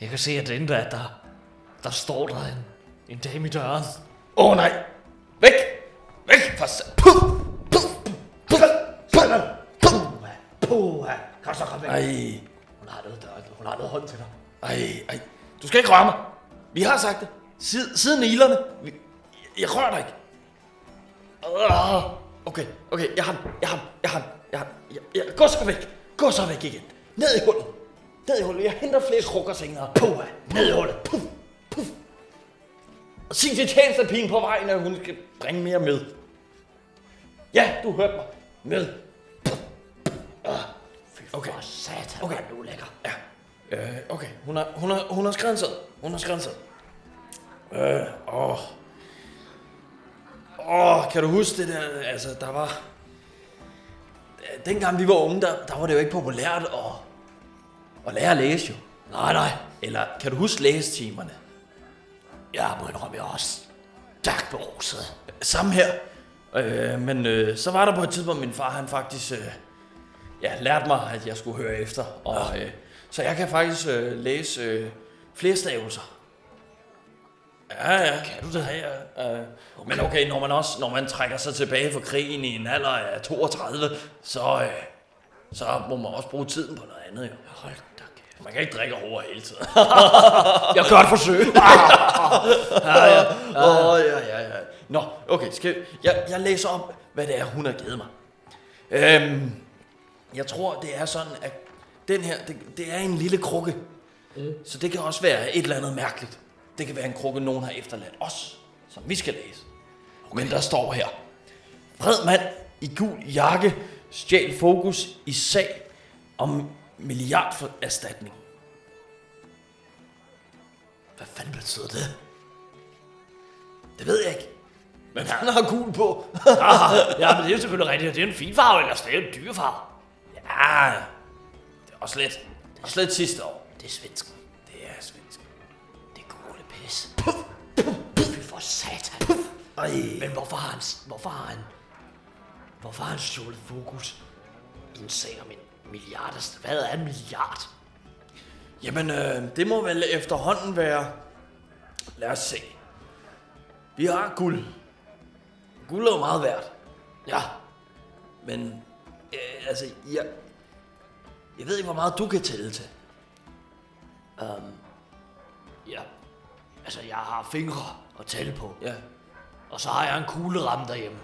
S2: jeg kan se, at inden der, der, der står der en, en dame i døren.
S1: Åh oh, nej. Væk. Væk fra sa- Puh. Puh. Puh. Puh. Puh.
S2: Puha, puha. Kom så, kom væk.
S1: Ej.
S2: Hun har noget døren. Hun har noget hånd til dig.
S1: Ej. Ej. Du skal ikke røre mig. Vi har sagt det. Siden, siden ilerne. Vi, jeg rører dig ikke. Åh. Okay. Okay. Jeg har den. Jeg har den. Jeg har den. Jeg har den. Jeg, jeg, gå så væk. Gå så væk igen. Ned i hullet. Ned i hullet. Jeg henter flere krukker senere.
S2: Puha,
S1: Ned i hullet. Puff, puff. Og sig til tjenestepigen på vejen, at hun skal bringe mere med. Ja, du hørte mig. Med. Ah,
S2: Okay. For satan,
S1: Okay.
S2: okay. du er lækker.
S1: Ja. Øh, okay. Hun har, hun, har, hun har skrevet en seddel. Hun har skrevet en seddel. Øh, åh. Åh, kan du huske det der? Altså, der var... Øh, Dengang vi var unge, der, der var det jo ikke populært at, at lære at læse jo.
S2: Nej, nej.
S1: Eller kan du huske læsestimerne?
S2: Jeg må indrømme, jeg er også stærkt beruset.
S1: Samme her. Øh, men øh, så var der på et tidspunkt, min far han faktisk øh, ja, lærte mig, at jeg skulle høre efter. Og, øh, så jeg kan faktisk øh, læse øh, flere stavelser. Ja, ja. Kan du det? Ja, ja. Øh, Men okay, når man, også, når man trækker sig tilbage fra krigen i en alder af 32, så, øh, så må man også bruge tiden på noget andet. Jo.
S2: Hold da kæft.
S1: Man kan ikke drikke over hele tiden.
S2: Jeg gør et forsøg.
S1: Ah, Åh, oh, ja, ja, ja. Nå, okay, skal jeg, jeg læser op, hvad det er, hun har givet mig. Øhm, jeg tror, det er sådan, at den her, det, det er en lille krukke. Mm. Så det kan også være et eller andet mærkeligt. Det kan være en krukke, nogen har efterladt os, som vi skal læse. Okay. Men der står her. Vred mand i gul jakke stjal fokus i sag om milliardforerstatning.
S2: Hvad fanden betyder det?
S1: Det ved jeg ikke. Men han har gul på.
S2: ja, men det er selvfølgelig rigtigt. og Det er en fin farve, ellers det er en dyr farve.
S1: Ja, det var slet. Det var slet sidste år.
S2: Det er svensk.
S1: Det er svensk.
S2: Det er gule pis. Puff, puff, puff. Fy for satan. Puff.
S1: Ej.
S2: Men hvorfor har han... Hvorfor har han... Hvorfor har han stjålet fokus i en sag om en milliard? Hvad er en milliard?
S1: Jamen, øh, det må vel efterhånden være... Lad os se. Vi har guld. Guld er jo meget værd.
S2: Ja,
S1: Men, øh, altså, jeg... Jeg ved ikke, hvor meget du kan tælle til.
S2: ja. Altså, jeg har fingre at tælle på.
S1: Ja.
S2: Og så har jeg en kugleramme derhjemme.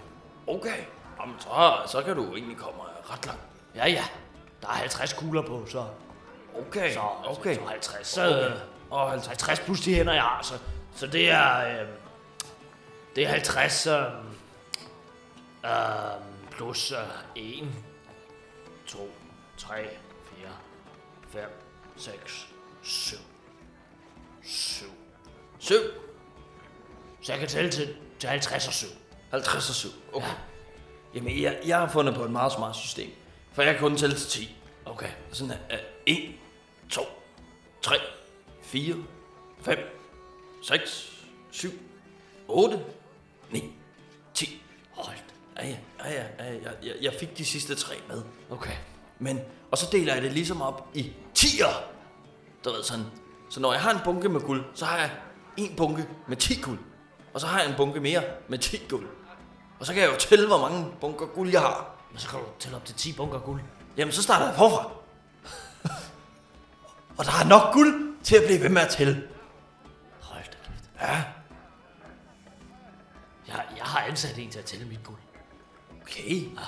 S1: Okay. Jamen, så, så kan du egentlig komme ret langt.
S2: Ja, ja. Der er 50 kugler på, så...
S1: Okay,
S2: Så,
S1: okay.
S2: så 50. Så,
S1: Og altså,
S2: 50 plus de hænder, jeg har, så, så det er... Øh, det er 50 øh, øh, plus øh, 1, 2, 3, 4, 5, 6, 7, 7.
S1: syv.
S2: Så jeg kan tælle til, til 50 og 7.
S1: 50 og 7. Okay. Ja. Jamen, jeg, jeg har fundet på et meget smart system. For jeg kan kun tælle til 10.
S2: Okay.
S1: Sådan her. Øh, 1, 2, 3, 4, 5, 6, 7, 8, 9, 10.
S2: Hold da.
S1: Ja, ja, ja, ja, ja, ja, ja, jeg fik de sidste tre med.
S2: Okay.
S1: Men, og så deler jeg det ligesom op i 10'er. Du ved sådan. Så når jeg har en bunke med guld, så har jeg en bunke med 10 guld. Og så har jeg en bunke mere med 10 guld. Og så kan jeg jo tælle, hvor mange bunker guld jeg har.
S2: Men så kan du tælle op til 10 bunker guld.
S1: Jamen, så starter jeg forfra. og der er nok guld til at blive ved med at tælle.
S2: Hold da kæft.
S1: Ja,
S2: Jeg, jeg har ansat en til at tælle mit guld.
S1: okay. Ja.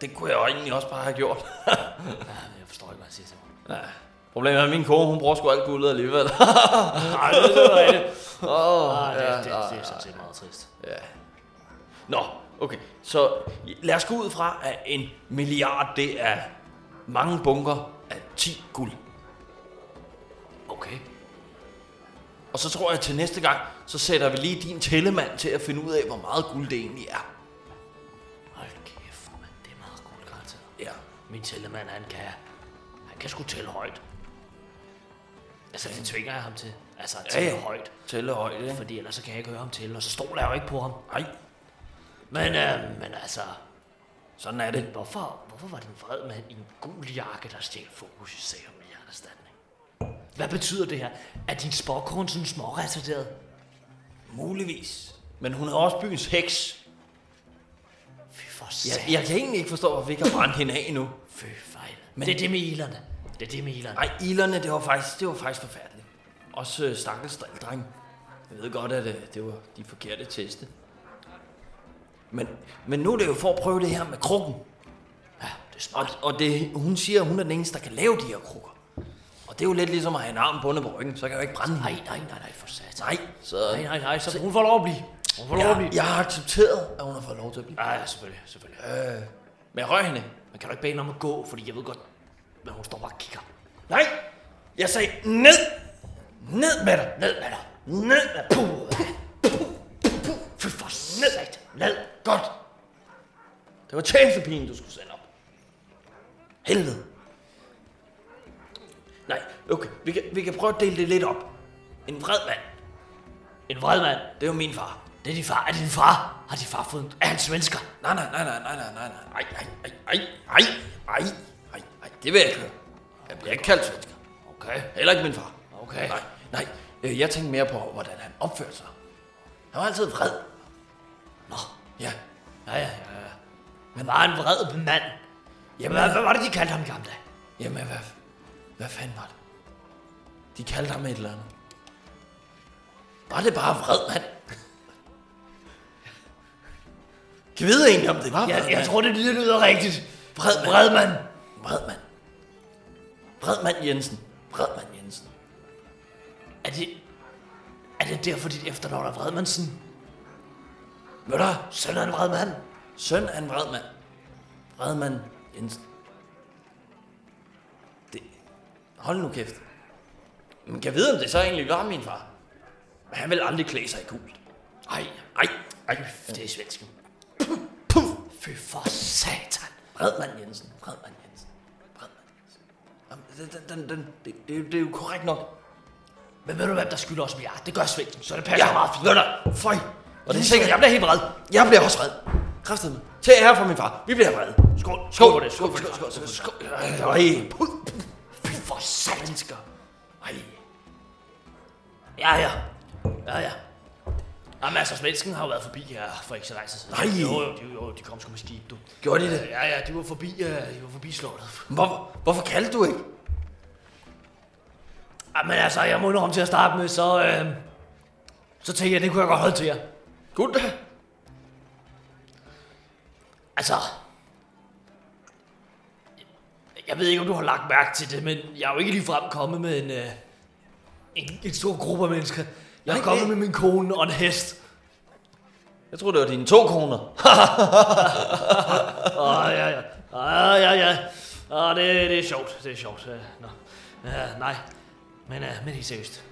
S1: Det kunne jeg jo egentlig også bare have gjort.
S2: Ja, men jeg forstår ikke, hvad han siger til mig.
S1: Ja. Problemet er, at min kone, hun bruger sgu alt guldet alligevel.
S2: Nej, det er rigtigt.
S1: Åh,
S2: Ah, det,
S1: ja,
S2: det,
S1: ja,
S2: det, det
S1: ja.
S2: er sådan set meget trist.
S1: Ja. Nå, okay. Så lad os gå ud fra, at en milliard, det er mange bunker af 10 guld.
S2: Okay.
S1: Og så tror jeg, at til næste gang, så sætter vi lige din tællemand til at finde ud af, hvor meget guld det egentlig er.
S2: Hold kæft, mand. Det er meget guld, garanteret.
S1: Ja.
S2: Min tællemand, han kan... Han kan sgu tælle højt. Altså, det tvinger jeg ham til. Altså, at tælle ja, ja. højt.
S1: Tælle højt, ikke?
S2: Fordi ellers så kan jeg ikke høre ham tælle, og så stoler jeg jo ikke på ham.
S1: Nej,
S2: Men, øh, men altså...
S1: sådan er det.
S2: Hvorfor, hvorfor var den vred mand i en gul jakke, der stjal fokus i sag om milliarderstatning? Hvad betyder det her? Er din spåkron sådan småretarderet?
S1: Muligvis. Men hun er også byens heks.
S2: Fy for
S1: Jeg,
S2: satan.
S1: jeg kan egentlig ikke forstå, hvorfor vi ikke har brændt hende af endnu.
S2: Fy fejl.
S1: Men-
S2: Men... Det er det med ilerne. Det er det med ilerne.
S1: Nej, ilerne, det var faktisk, det var faktisk forfærdeligt. Også øh, stakkels dreng. Jeg ved godt, at øh, det var de forkerte teste. Men, men nu er det jo for at prøve det her med krukken.
S2: Ja, det er
S1: Og,
S2: smart.
S1: og det, hun siger, at hun er den eneste, der kan lave de her krukker. Og det er jo lidt ligesom at have en arm bundet på ryggen, så kan jeg jo ikke brænde
S2: Nej,
S1: hende.
S2: nej, nej, nej, for satan.
S1: Nej, så
S2: Nej, nej, nej, så hun får lov at blive. Hun får lov at
S1: jeg,
S2: blive.
S1: jeg har accepteret, at hun har fået lov til at blive.
S2: Ja, ja, selvfølgelig, selvfølgelig.
S1: Men jeg røg hende.
S2: Man kan da ikke bede hende om at gå, fordi jeg ved godt, men hun står bare og kigger.
S1: Nej, jeg sagde ned. Ned med dig.
S2: Ned med dig.
S1: Ned med dig.
S2: Puh, puh, Fy for satan.
S1: Ned. Godt. Det var tjenestepigen, du skulle sende op. Helvede. Nej, okay. Vi kan, vi kan prøve at dele det lidt op. En vred mand.
S2: En vred mand.
S1: Det er jo min far.
S2: Det er din far. Er det din far? Har din far fået en... Er han svensker?
S1: Nej, nej, nej, nej, nej, nej, nej, nej, nej, nej, nej, nej, nej, nej, nej, det vil jeg ikke høre. Jeg bliver ikke kaldt svensker.
S2: Okay.
S1: Heller ikke min far.
S2: Okay.
S1: Nej, nej. Øh, Jeg tænkte mere på, hvordan han opførte sig. Han var altid vred.
S2: Nå.
S1: Ja.
S2: Ja, ja, ja. ja. Men var en vred mand. Jamen, hvad, hvad var det, de kaldte ham i gamle dage?
S1: Jamen, hvad, hvad fanden var det? De kaldte ham et eller andet. Var det bare vred, mand? Kan vide egentlig, om det var
S2: Jeg,
S1: vred,
S2: jeg
S1: mand?
S2: tror, det lyder, lyder rigtigt.
S1: Vred mand.
S2: Vred mand.
S1: Vred, mand. Vred mand Jensen. Vred mand Jensen.
S2: Er det... Er det derfor, dit efternavn er Vredmandsen?
S1: Ved du hvad?
S2: Søn af en vred mand.
S1: Søn af en vred mand. Vred mand Jensen. Det... Hold nu kæft. Men kan jeg vide, om det så egentlig var min far? Men han vil aldrig klæde sig i gult.
S2: Ej,
S1: Ej, ej.
S2: det er svensken.
S1: Puh.
S2: Fy for satan.
S1: Vred mand Jensen. Vred mand Jensen. Vred mand Jensen. Jamen, den, den, den, den, det, det, det, er jo korrekt nok.
S2: Men ved du, hvem der skylder os milliard? Det gør svensken, så det passer meget fint.
S1: ved du hvad? Føj. Og det er sikkert,
S2: jeg
S1: jeg,
S2: bliver helt vred.
S1: jeg bliver også vred. Kræftet mig. Til ære for min far. Vi bliver vrede.
S2: Skål.
S1: Skål for
S2: det, skål for det.
S1: skål, skål, skål. Ej, puh, puh.
S2: Fy for satan.
S1: Ej.
S2: Ja, ja. Ja, ja. Jamen altså, svensken har jo været forbi her for ikke så lang tid siden.
S1: Nej.
S2: Jo, jo, de, jo, de kom sgu med skib, du.
S1: Gjorde de det?
S2: Ja, ja, de var forbi, uh, de var forbi slottet.
S1: Hvorfor, hvorfor kaldte du ikke?
S2: Jamen altså, jeg må indrømme til at starte med, så... Øh, så tænkte jeg, det kunne jeg godt holde til jer.
S1: Gud da.
S2: Altså... Jeg ved ikke, om du har lagt mærke til det, men jeg er jo ikke ligefrem kommet med en, øh, en, en stor gruppe af mennesker. Jeg er
S1: Nej,
S2: kommet
S1: det-
S2: med min kone og en hest.
S1: Jeg tror det var dine to kroner.
S2: Åh, ja, ja. Åh, ja, ja. Åh, det, det er sjovt. Det er sjovt. Øh, Nå. Ja, nej. Men, øh, men helt seriøst.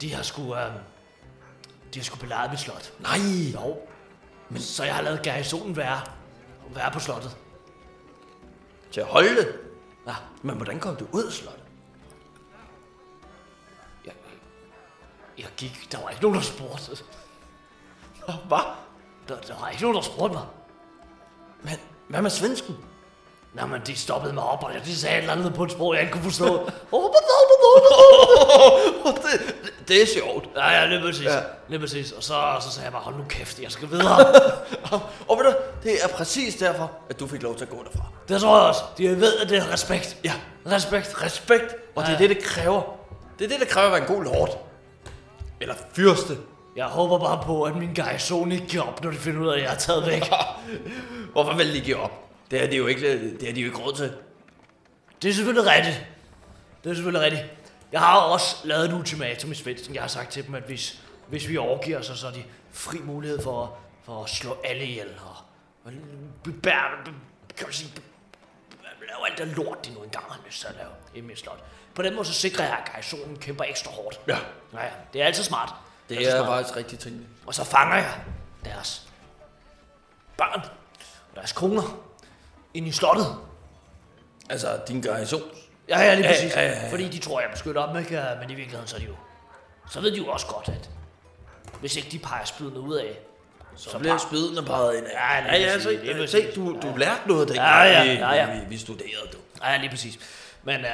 S2: De har sgu... Øh, de har sgu belejret mit slot.
S1: Nej.
S2: Jo. Men så jeg har lavet garrisonen være, være på slottet.
S1: Til at holde det.
S2: Ja.
S1: Men hvordan kom du ud af slottet?
S2: Jeg, jeg gik... Der var ikke nogen, der spurgte.
S1: Hvad?
S2: Der, der var ikke nogen, der spurgte mig.
S1: Men hvad med svensken?
S2: Nå, men de stoppede mig op, og de sagde et eller andet på et sprog, jeg ikke kunne forstå.
S1: det, det er sjovt.
S2: Ja, ja, lige præcis. Ja.
S1: Ja.
S2: Lige præcis. Og så, og så sagde jeg bare, hold nu kæft, jeg skal videre.
S1: Og ved du, det er præcis derfor, at du fik lov til at gå derfra.
S2: det tror jeg også. De ved, at det er respekt.
S1: Ja.
S2: Respekt.
S1: Respekt, og det er
S2: Ja.
S1: det, det kræver. Det er det, det kræver at være en god lord. Eller fyrste.
S2: Jeg håber bare på, at min garrison ikke giver op, når de finder ud af, at jeg er taget væk.
S1: Hvorfor vil de give op? Det er de jo ikke, det er de jo ikke råd til.
S2: Det er selvfølgelig rigtigt. Det er selvfølgelig rigtigt. Jeg har jo også lavet et ultimatum i Svendsen. Jeg har sagt til dem, at hvis, hvis vi overgiver sig, så er de fri mulighed for, for at slå alle ihjel. Og, og bebær, be, kan man sige, be, be, lave alt det lort, de nu engang har lyst til at lave i mit slot. På den måde så sikrer jeg, at garrisonen kæmper ekstra hårdt.
S1: Ja.
S2: Ja, ja. Det er altid smart.
S1: Det
S2: altid
S1: er
S2: smart.
S1: faktisk rigtig ting.
S2: Og så fanger jeg deres børn og deres koner ind i slottet.
S1: Altså, din garnison.
S2: Ja, ja, lige
S1: Ja,
S2: præcis.
S1: ja, ja, ja.
S2: Fordi de tror, jeg beskytter dem, ikke? Ja, Men i virkeligheden, så er de jo... Så ved de jo også godt, at hvis ikke de peger spydene ud af, så,
S1: Så bliver
S2: bare-
S1: spydene peget ind. Altså,
S2: Ja, lige præcis.
S1: så,
S2: Lige præcis.
S1: se, du, du lærte noget, dengang
S2: Ja, ja,
S1: vi-
S2: ja, ja.
S1: Vi, vi, studerede, du.
S2: Ja, lige præcis. Men øh,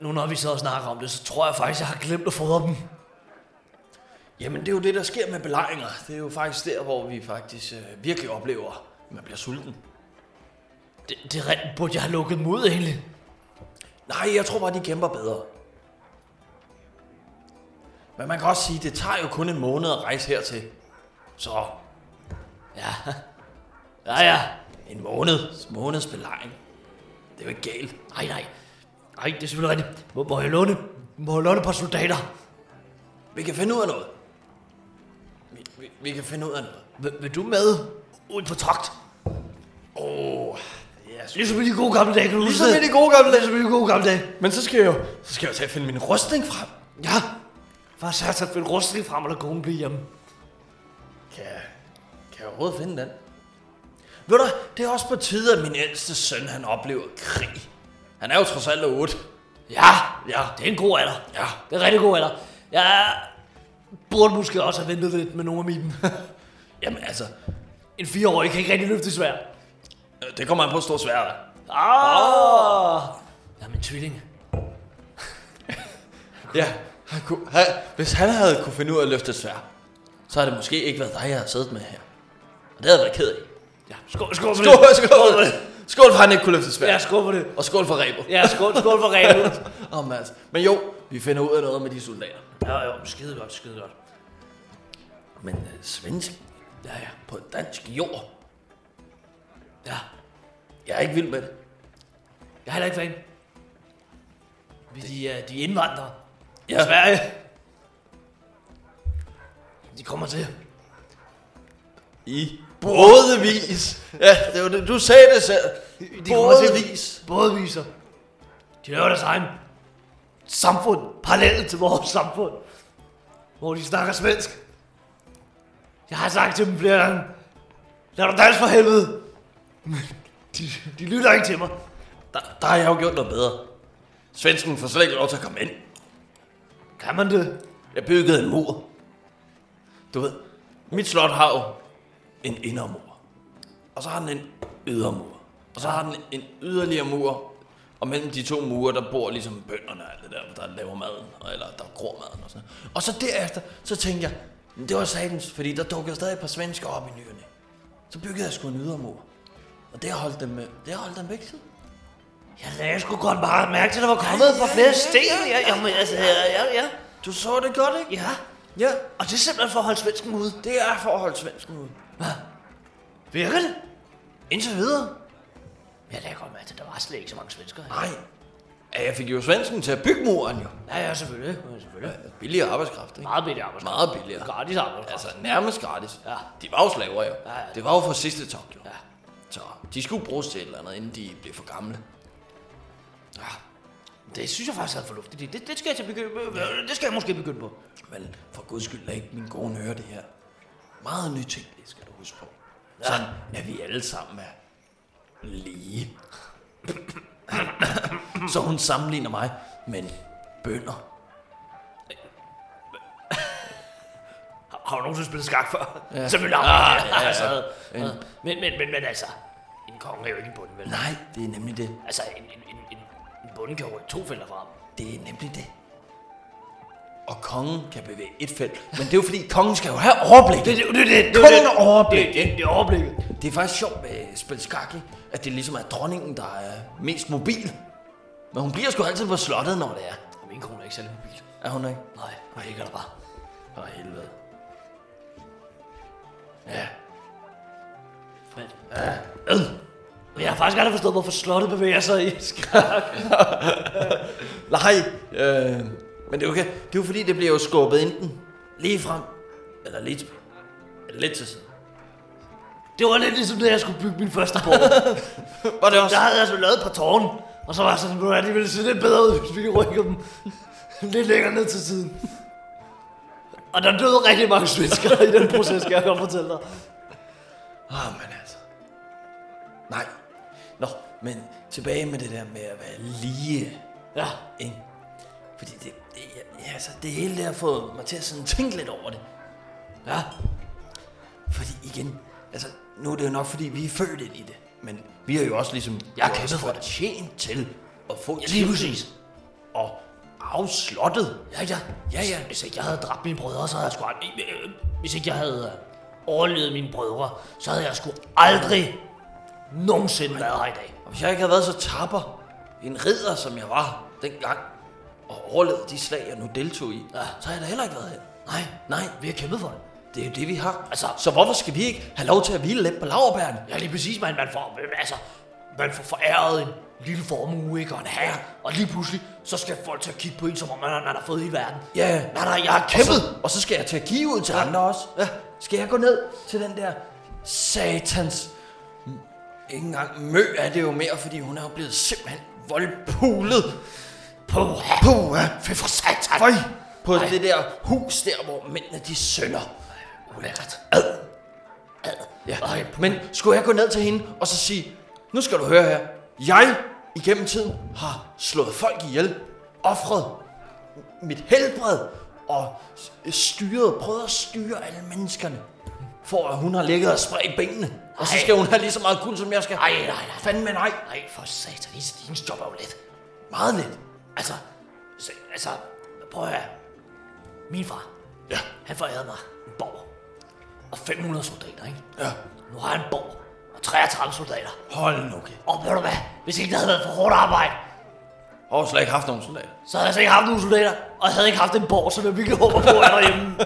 S2: nu når vi så snakker om det, så tror jeg faktisk, jeg har glemt at fodre dem.
S1: Jamen, det er jo det, der sker med belejringer. Det er jo faktisk der, hvor vi faktisk øh, virkelig oplever, at man bliver sulten.
S2: Det, det er rent, burde jeg have lukket dem ud egentlig.
S1: Nej, jeg tror bare, de kæmper bedre. Men man kan også sige, det tager jo kun en måned at rejse hertil. Så
S2: Ja. Ja, ja.
S1: en måned, måneds belejring. Det er jo ikke galt.
S2: Nej, nej. Nej, det er selvfølgelig rigtigt. Må, må jeg låne, må jeg låne et par soldater?
S1: Vi kan finde ud af noget. Vi, vi, vi kan finde ud af noget.
S2: Vil, vil du med ud på togt?
S1: Åh, oh, yes.
S2: Ligesom i de gode gamle dage, kan du
S1: Ligesom
S2: huske
S1: i
S2: de gode gamle dage. Ligesom i de gode gamle dage.
S1: Men så skal jeg jo, så skal jeg jo til at finde min rustning frem.
S2: Ja, for satan, find rustning frem, eller konen blive hjemme.
S1: Kan jeg, kan jeg overhovedet finde den? Ved du, det er også på tide, at min ældste søn, han oplever krig. Han er jo trods alt 8.
S2: Ja, ja, det er en god alder.
S1: Ja.
S2: Det er en rigtig god alder. Jeg burde måske også have ventet lidt med nogle af mine.
S1: Jamen altså,
S2: en fireårig kan ikke rigtig løfte svær.
S1: øh, det kommer han på at stå svært.
S2: Ah! Jeg er min tvilling.
S1: Ja, han kunne, han, hvis han havde kunne finde ud af at løfte et svær, så havde det måske ikke været dig, jeg havde siddet med her. Og det havde jeg været ked af.
S2: Ja, skål, skål for
S1: Skål,
S2: det.
S1: skål, for det. skål for, at han ikke kunne løfte et svær.
S2: Ja, skål for det.
S1: Og skål for rebet.
S2: Ja, skål, skål for regnet.
S1: Om, altså. Men jo, vi finder ud af noget med de soldater.
S2: Ja, jo, skide godt, skide godt.
S1: Men øh, svensk
S2: Ja, ja,
S1: på dansk jord.
S2: ja.
S1: Jeg er ikke vild med det.
S2: Jeg er heller ikke fan. Vi, de, er- de er indvandrere.
S1: Ja.
S2: Sverige. De kommer til.
S1: I bådevis. Ja, det var det. Du sagde det selv.
S2: De kommer til-
S1: Bådevis.
S2: Bådviser. De laver deres egen samfund. Parallelt til vores samfund. Hvor de snakker svensk. Jeg har sagt til dem flere gange. Lad dig dansk for helvede. Men de, de lytter ikke til mig.
S1: Der, der har jeg jo gjort noget bedre. Svensken får slet ikke lov til at komme ind.
S2: Kan man det?
S1: Jeg byggede en mur. Du ved, mit slot har jo en indermur. Og så har den en ydermur. Og så har den en yderligere mur. Og mellem de to mure, der bor ligesom bønderne og alt det der, der laver maden, og- eller der gror maden og sådan noget. Og så derefter, så tænkte jeg, "Men det var satans, fordi der dukkede stadig et par svensker op i nyerne. Så byggede jeg sgu en ydermur. Og det har holdt dem, med, det har holdt dem væk tid.
S2: Jeg lagde sgu godt bare mærke til, at der var kommet et par flere sten. Ja, jamen, altså, ja, ja, ja.
S1: Du så det godt, ikke?
S2: Ja,
S1: Ja,
S2: og det er simpelthen for at holde svensken ude.
S1: det er for at holde svensken ud.
S2: Virker det?
S1: Indtil videre.
S2: Jeg lagde godt mærke til, at der var slet ikke så mange svensker her.
S1: Nej. Ja, jeg fik jo svensken til at bygge muren jo.
S2: Ja, ja, selvfølgelig. Ja, selvfølgelig.
S1: Billig arbejdskraft, ikke?
S2: Meget billig arbejdskraft.
S1: Meget billigere.
S2: Gratis arbejdskraft.
S1: Altså nærmest gratis.
S2: Ja.
S1: De var jo slaver jo.
S2: Ja, ja.
S1: Det var jo fra sidste top jo.
S2: Ja.
S1: Så de skulle bruges til et eller andet, inden de blev for gamle.
S2: Det synes jeg faktisk er fornuftigt. Det, det, det skal jeg til at begynde, øh, det skal jeg måske begynde på.
S1: Men for guds skyld lad ikke min kone høre det her. Meget nyt ting, det skal du huske på. Sådan, at vi alle sammen er lige. Så hun sammenligner mig med en bønder.
S2: Har, har du nogensinde spillet skak før? Ja. Selvfølgelig har man det.
S1: ja, ja.
S2: Altså, ja. Men, men, men, men altså, en konge er jo ikke en bonde, vel?
S1: Nej, det er nemlig det.
S2: Altså, en, en, en, en, en bonde kan jo rykke to felter frem.
S1: Det er nemlig det. og kongen kan bevæge et felt. Men det er jo fordi, kongen skal jo have overblik.
S2: Det, det, det, det, det,
S1: Kun overblik.
S2: Det, det, det er overblikket.
S1: Det er faktisk sjovt med at spille skak, ikke? at det ligesom er dronningen, der er mest mobil. Men hun bliver sgu altid på slottet, når det er.
S2: Og min kone er ikke særlig mobil.
S1: Er hun ikke?
S2: Nej, hun ligger der bare.
S1: For helvede. Ja,
S2: Men, men jeg har faktisk aldrig forstået, hvorfor slottet bevæger sig i skak.
S1: Nej, øh, men det er, okay. det er jo fordi, det bliver jo skubbet enten lige frem, eller lidt, eller lidt til siden.
S2: Det var lidt ligesom, da jeg skulle bygge min første borg.
S1: Var det også?
S2: Der havde jeg altså lavet et par tårne, og så var jeg sådan, "Ved du hvad, de ville se lidt bedre ud, hvis vi rykker dem lidt længere ned til siden. Og der døde rigtig mange svenskere i den proces, kan jeg godt fortælle dig.
S1: Åh, oh, men altså. Nej. Nå, men tilbage med det der med at være lige,
S2: Ja,
S1: ikke? Fordi det, det, ja, altså, det hele det har fået mig til at sådan tænke lidt over det.
S2: ja,
S1: Fordi igen, altså, nu er det jo nok, fordi vi er født ind i det. Men vi har jo også ligesom...
S2: Jeg
S1: gjort
S2: kæmpede
S1: os
S2: for det.
S1: fortjent til at få...
S2: lige præcis.
S1: Og afslottet.
S2: Ja, ja, ja, ja. Hvis ikke jeg havde dræbt mine brødre, så havde jeg sgu aldrig... øh, Hvis ikke jeg havde øh, overlevet mine brødre, så havde jeg sgu aldrig nogensinde været her i dag.
S1: Og hvis jeg ikke havde været så tapper, en ridder som jeg var dengang, og overlevede de slag, jeg nu deltog i,
S2: Ja.
S1: så havde jeg da heller ikke været her.
S2: Nej,
S1: Nej,
S2: vi har kæmpet for det.
S1: det er jo det, vi har.
S2: Altså-
S1: så hvorfor skal vi ikke have lov til at hvile lidt på laverbæren?
S2: Ja, lige præcis, man. Man får, øh, altså, man får foræret en lille formue, ikke? Og en herre. Og lige pludselig, så skal folk til at kigge på en, som om man, man har fået i verden.
S1: Ja.
S2: Nej, nej, jeg har
S1: Og så,
S2: kæmpet.
S1: og så skal jeg til at give ud til andre også. Ja. Skal jeg gå ned til den der satans... Ikke engang mø er det jo mere, fordi hun er jo blevet simpelthen voldpulet
S2: Puha.
S1: Puha.
S2: Fy for satan.
S1: Føj, på
S2: Ej.
S1: det der hus der, hvor mændene de sønder.
S2: Ulækkert.
S1: Ja.
S2: Ej,
S1: men skulle jeg gå ned til hende og så sige, nu skal du høre her, jeg igennem tiden har slået folk ihjel, offret mit helbred og s- styret, prøvet at styre alle menneskerne, for at hun har ligget og spredt benene. Og så
S2: Ej.
S1: skal hun have lige så meget kul, som jeg skal.
S2: Ej, nej, nej.
S1: Fandme nej.
S2: Nej, for satan. Hendes, hendes job er jo let.
S1: Meget lidt.
S2: Altså, se, altså, prøv at høre. Min far,
S1: Ja.
S2: han forærede mig en borg. Og 500 soldater, ikke?
S1: Ja.
S2: Nu har han en borg. Og 33 soldater.
S1: Hold nu, okay.
S2: Og ved du hvad? Hvis ikke det havde været for hårdt arbejde,
S1: Og slet ikke haft nogen soldater.
S2: Så havde jeg altså ikke haft nogen soldater, og jeg havde ikke haft en borg, som jeg virkelig håber på er derhjemme,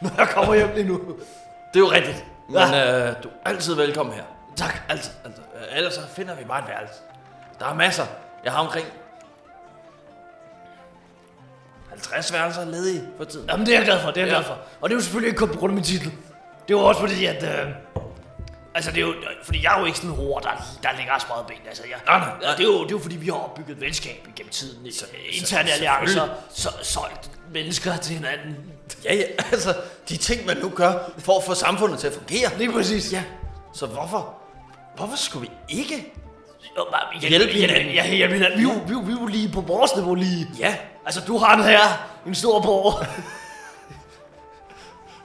S2: når jeg kommer hjem lige nu.
S1: Det er jo rigtigt. Men
S2: Ja.
S1: øh, du er altid velkommen her.
S2: Tak.
S1: Altså, altså, øh, ellers så finder vi bare et værelse. Der er masser. Jeg har omkring 50 værelser ledige for tiden.
S2: Jamen, det er jeg glad for, det er jeg glad for. Og det er jo selvfølgelig ikke kun på grund af min titel. Det var også fordi, at... Øh, altså, det er jo... Fordi jeg er jo ikke sådan en roer, der, der ligger og spredt ben. Altså, jeg,
S1: Nej, nej, nej.
S2: Det, er jo, det er jo fordi, vi har opbygget et venskab igennem tiden. Så, interne
S1: så-
S2: alliancer, så, solgt mennesker til hinanden.
S1: Ja, ja, altså, de ting, man nu gør for at få samfundet til at fungere.
S2: Lige præcis.
S1: Ja, så hvorfor? Hvorfor skulle vi ikke?
S2: Jo, bare hjælp,
S1: Hjælpe
S2: hjælp hinanden.
S1: hinanden.
S2: Ja, hjælp hinanden. Vi, er jo- vi, er jo- vi er jo lige på vores niveau lige.
S1: Ja,
S2: Altså, du har en her, en stor borg.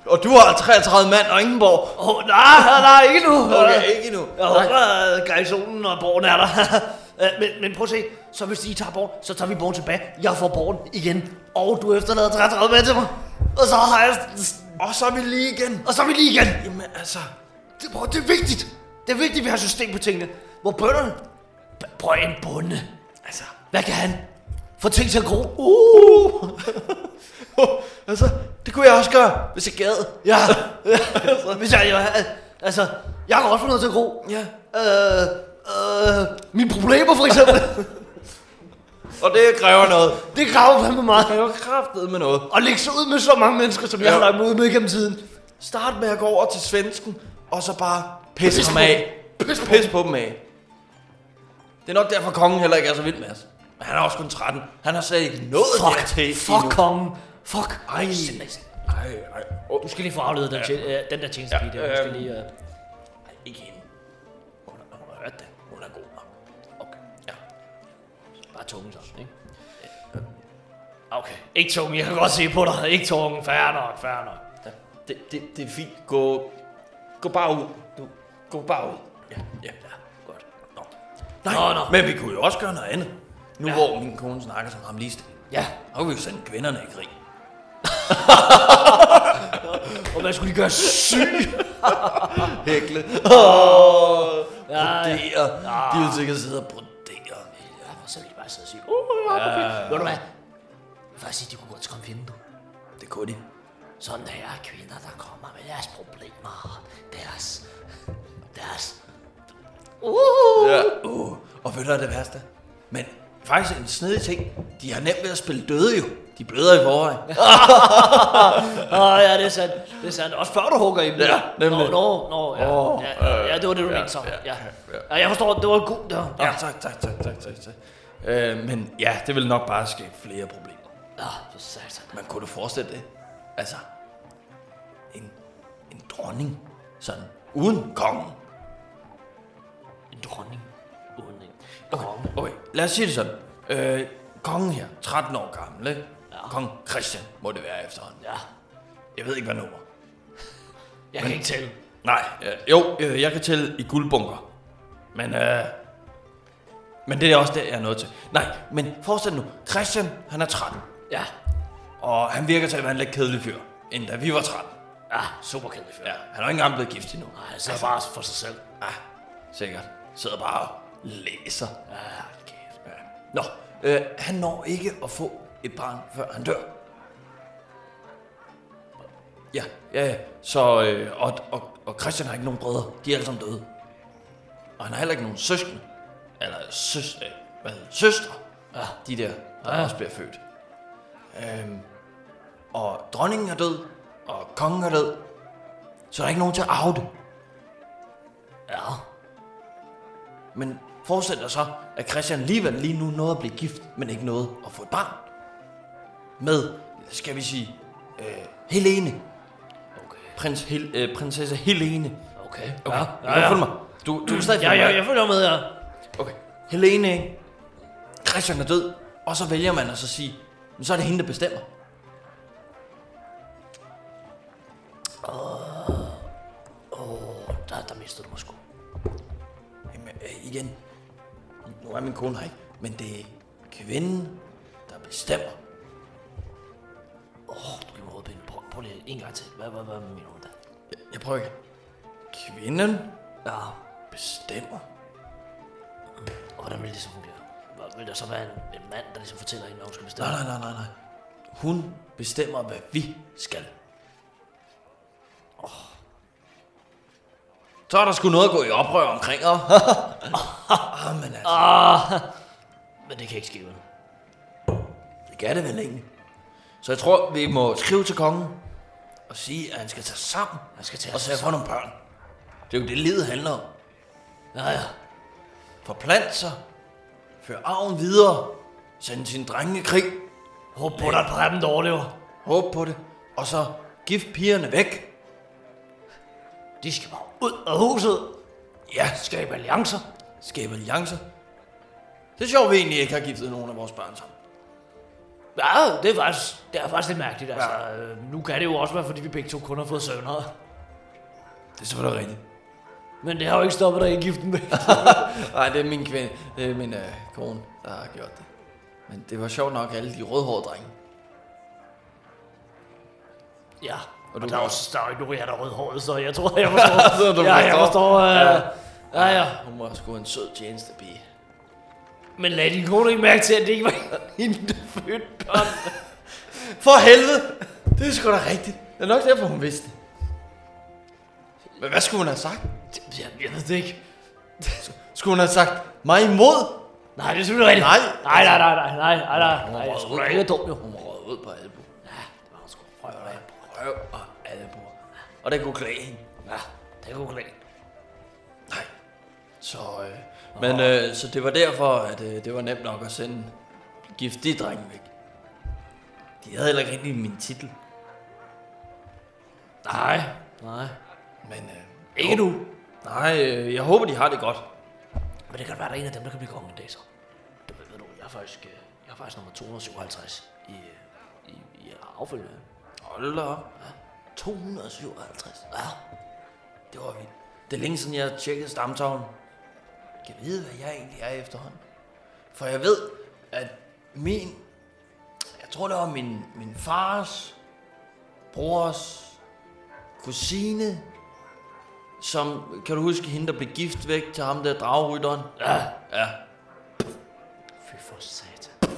S1: og du har 33 mand og ingen borg.
S2: Åh, oh, nej, nej, nej, ikke nu.
S1: Okay, ikke endnu.
S2: Jeg
S1: Nej.
S2: håber, at garnisonen og borgen er der. Øh, men, men prøv at se, så hvis I tager borgen, så tager vi borgen tilbage. Jeg får borgen igen. Og du efterlader 33 med til mig. Og så har jeg...
S1: Og så er vi lige igen.
S2: Og så er vi lige igen.
S1: Jamen altså,
S2: Det, prøv, det er vigtigt. Det er vigtigt, at vi har system på tingene. Hvor bønderne... B- Prøv en bonde.
S1: altså,
S2: Hvad kan han? Få ting til at gro. Uh!
S1: altså, det kunne jeg også gøre, hvis jeg gad.
S2: Ja. altså, hvis jeg, jeg, altså, jeg har også fået noget til at gro.
S1: Ja,
S2: Øh, øh, mine problemer for eksempel.
S1: og det kræver noget.
S2: det graver fandme meget.
S1: Det kræver kraftet med noget.
S2: Og lægge sig ud med så mange mennesker, som jeg
S1: Ja.
S2: har lagt mig ud med gennem tiden.
S1: Start med at gå over til svensken, og så bare pisse
S2: Pis
S1: ham
S2: på
S1: af.
S2: dem. Pis på
S1: Pis på dem af. Det er nok derfor, kongen heller ikke er så vild med os. Men han er også kun 13. Han har slet ikke nået
S2: Fuck,
S1: dertil
S2: fuck
S1: endnu.
S2: kongen. Fuck.
S1: Ej,
S2: Sind-
S1: ej, ej. Åh,
S2: Du skal lige få afledet den, tjen- øh, den der tjeneste
S1: Ja,
S2: ja, der. Du skal
S1: øhm.
S2: lige, øh,
S1: ej, ikke hende. Hun har, hun har hørt det. Hun er god nok.
S2: okay,
S1: Ja.
S2: bare tungen så, ikke? Okay, ikke tungen, jeg kan godt se på dig. Ikke tungen, færre nok, færre nok.
S1: ja. Det, det, det er fint. Gå, gå bare ud. Du, gå bare ud. Ja, ja, ja. Godt. Nå. Nej,
S2: Nå, nå.
S1: men vi kunne jo også gøre noget andet. Nu
S2: Ja.
S1: hvor min kone snakker som ham lige stil.
S2: Ja,
S1: Og vi jo sende kvinderne i krig.
S2: Og man skulle lige gøre syg.
S1: Hækle.
S2: Ja,
S1: Brodere. De vil sikkert sidde og brodere.
S2: Ja, og så ville de bare sidde og sige, uh, ja, okay. Ved du hvad? Jeg vil faktisk sige, de kunne godt skræmme fjenden, du.
S1: Det kunne de.
S2: Sådan her er kvinder, der kommer med deres problemer. Deres... Deres... Uh!
S1: Ja. Uh, og ved du, hvad det værste? er? Men faktisk en snedig ting. De har nemt ved at spille døde jo. De bløder i forvejen.
S2: Åh, oh, ja, det er sandt. Det er sandt. Også før du hugger i dem.
S1: Ja,
S2: Nå,
S1: nemlig.
S2: nå, nå, ja.
S1: Åh,
S2: ja, ja, det var det, du
S1: ja,
S2: mente så.
S1: ja,
S2: Ja.
S1: ja.
S2: ja. jeg forstår, det var en god... Det var,
S1: Ja, tak, tak, tak, tak, tak, tak. Øh, men ja, det vil nok bare skabe flere problemer.
S2: Ja, for satan.
S1: Man kunne du forestille det? Altså, en, en dronning, sådan, uden kongen.
S2: En dronning. Uden en konge.
S1: Okay, lad os sige det sådan. Øh, kongen her, 13 år gammel, ikke?
S2: Ja.
S1: Kong Christian må det være efterhånden.
S2: Ja,
S1: Jeg ved ikke, hvad nummer.
S2: jeg kan ikke tælle.
S1: Nej, øh, jo, øh, jeg kan tælle i guldbunker. Men, øh, men det er også det, jeg er nået til. Nej, men forestil dig nu, Christian, han er 13.
S2: Ja,
S1: Og han virker til at være en lidt kedelig fyr, end da vi var 13.
S2: ja, super kedelig fyr.
S1: Ja, han er ikke engang blevet gift endnu.
S2: Nej, han sidder bare for sig selv.
S1: Ah, sikkert. Sidder bare og læser.
S2: Ja, hold kæft.
S1: Ja. Nå, øh, han når ikke at få et barn, før han dør. Ja, ja, ja. Så, øh, og, og, og Christian har ikke nogen brødre. De er alle sammen døde. Og han har heller ikke nogen søskende. Eller søs, øh, hvad hedder det? søstre. Ja, de der, der ja. også bliver født. Øhm, og dronningen er død, og kongen er død. Så der er ikke nogen til at arve det.
S2: Ja,
S1: Men forestil dig så, at Christian alligevel lige nu nåede at blive gift, men ikke nåede at få et barn. Med, skal vi sige, øh, Helene.
S2: okay.
S1: Prins Hel, øh, prinsesse Helene.
S2: Okay,
S1: Okay,
S2: ja,
S1: du kan følge mig. Du, du er stadig
S2: Ja,
S1: følge
S2: ja,
S1: mig.
S2: jeg følger med, ja.
S1: Okay. Helene, ikke? Christian er død, og så vælger man altså at så sige, men så er det hende, der bestemmer.
S2: Åh, der, der mister du mig sgu.
S1: Jamen, øh, igen. Nu er min kone her ikke, men det er kvinden, der bestemmer.
S2: Åh, du giver mig hovedpine. Prøv, prøv lige en gang til. Hvad, hvad, hvad mener du der?
S1: Jeg, jeg prøver igen. Kvinden
S2: Ja,
S1: bestemmer.
S2: og hvordan vil det så fungere? Hvad- Vil der så være en, en mand, der ligesom fortæller hende, hvad hun skal bestemme?
S1: Nej, nej, nej, nej, nej. Hun bestemmer, hvad vi skal. Oh. Så er der sgu noget at gå i oprør omkring, og... oh, men altså,
S2: Ah. Men det kan ikke ske vel?
S1: det kan det vel egentlig. Så jeg tror, vi må skrive til kongen og sige, at han skal tage sammen
S2: Han skal tage
S1: og
S2: sig
S1: sørge for nogle børn. Det er jo det, livet handler om.
S2: Ja, ja.
S1: Forplante sig, føre arven videre, sende sine drenge i krig,
S2: Håb på, der er et par af dem, der overlever.
S1: håbe på det, og så gift pigerne væk.
S2: De skal bare ud af huset.
S1: Ja,
S2: Skabe alliancer.
S1: skabe alliancer. Det er sjovt, at vi egentlig ikke har giftet nogen af vores børn sammen.
S2: Ja, det er faktisk, det er faktisk lidt mærkeligt. Altså, ja. nu kan det jo også være, fordi vi begge to kun har fået sønner.
S1: Det er selvfølgelig rigtigt.
S2: Men det har jo ikke stoppet dig i giften med.
S1: Nej, det er min kvinde, det er min øh, kone, der har gjort det. Men det var sjovt nok alle de rødhårede drenge.
S2: ja, og,
S1: du
S2: der, er
S1: gør-
S2: også, der er jo ikke nogen, af jer, der er rødhåret, så jeg tror, jeg forstår.
S1: Så du
S2: ja, jeg
S1: forstår.
S2: forstår. Øh, ja, ja.
S1: Ah, Hun var sgu en sød tjenestepige.
S2: Men lad din kone ikke mærke til, at det ikke var hende, der fødte børn.
S1: For helvede! Det er sgu da rigtigt. Det er nok derfor, hun vidste det. Men hvad skulle hun have sagt?
S2: Jeg, jeg ved det ikke.
S1: Skulle hun have sagt mig imod?
S2: Nej, det er selvfølgelig rigtigt.
S1: Nej.
S2: nej, nej, nej, nej, nej, nej, nej,
S1: Hun
S2: nej,
S1: var
S2: jeg
S1: røget
S2: skulle da
S1: ud.
S2: ikke dum, jo.
S1: Hun var røget ud på albu.
S2: Ja, det var sgu røv, ja.
S1: Røv og albu. Og det kunne klæde hende.
S2: Ja, det kunne klæde.
S1: Nej. Så, øh, men øh, så det var derfor, at øh, det var nemt nok at sende giftige drenge væk. De havde heller ikke rigtig min titel.
S2: Nej, nej.
S1: Men øh,
S2: Ikke nu.
S1: nej, øh, jeg håber, de har det godt.
S2: Men det kan være, at der er en af dem, der kan blive konge en dag, så. Det ved, ved du, jeg er faktisk, øh, jeg er faktisk nummer 257 i, øh, i, i affølgende.
S1: Hold da op. 257.
S2: Ja,
S1: Det var vildt. Det er længe siden, jeg har tjekket stamtavlen. Kan jeg vide, hvad jeg egentlig er efterhånden? For jeg ved, at min... Jeg tror, det var min, min fars, brors, kusine, som, kan du huske hende, der blev gift væk til ham der dragrytteren? Ja. Ja.
S2: Fy for satan.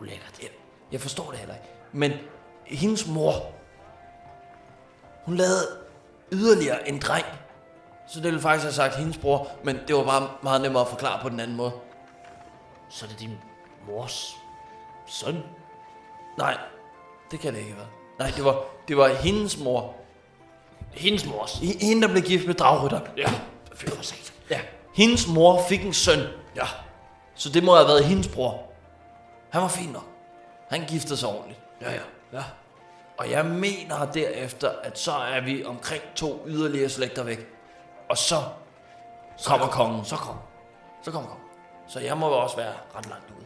S2: Ulækkert.
S1: Jeg, jeg forstår det heller ikke. Men hendes mor, hun lavede yderligere en dreng. Så det ville faktisk have sagt hendes bror, men det var bare meget nemmere at forklare på den anden måde.
S2: Så er det din mors søn.
S1: Nej, det kan det ikke være. Nej, det var, det var hendes mor.
S2: Hendes mors.
S1: H- hende, der blev gift med dragrytteren.
S2: Ja. Fy for satan.
S1: Ja. Hendes mor fik en søn,
S2: Ja.
S1: så det må have været hendes bror. Han var fin nok. Han giftede sig ordentligt.
S2: Ja, ja. Ja.
S1: Og jeg mener derefter, at så er vi omkring to yderligere slægter væk. Og så kommer kongen. Så,
S2: Så kom.
S1: så kommer kongen. Så jeg må også være ret langt ude.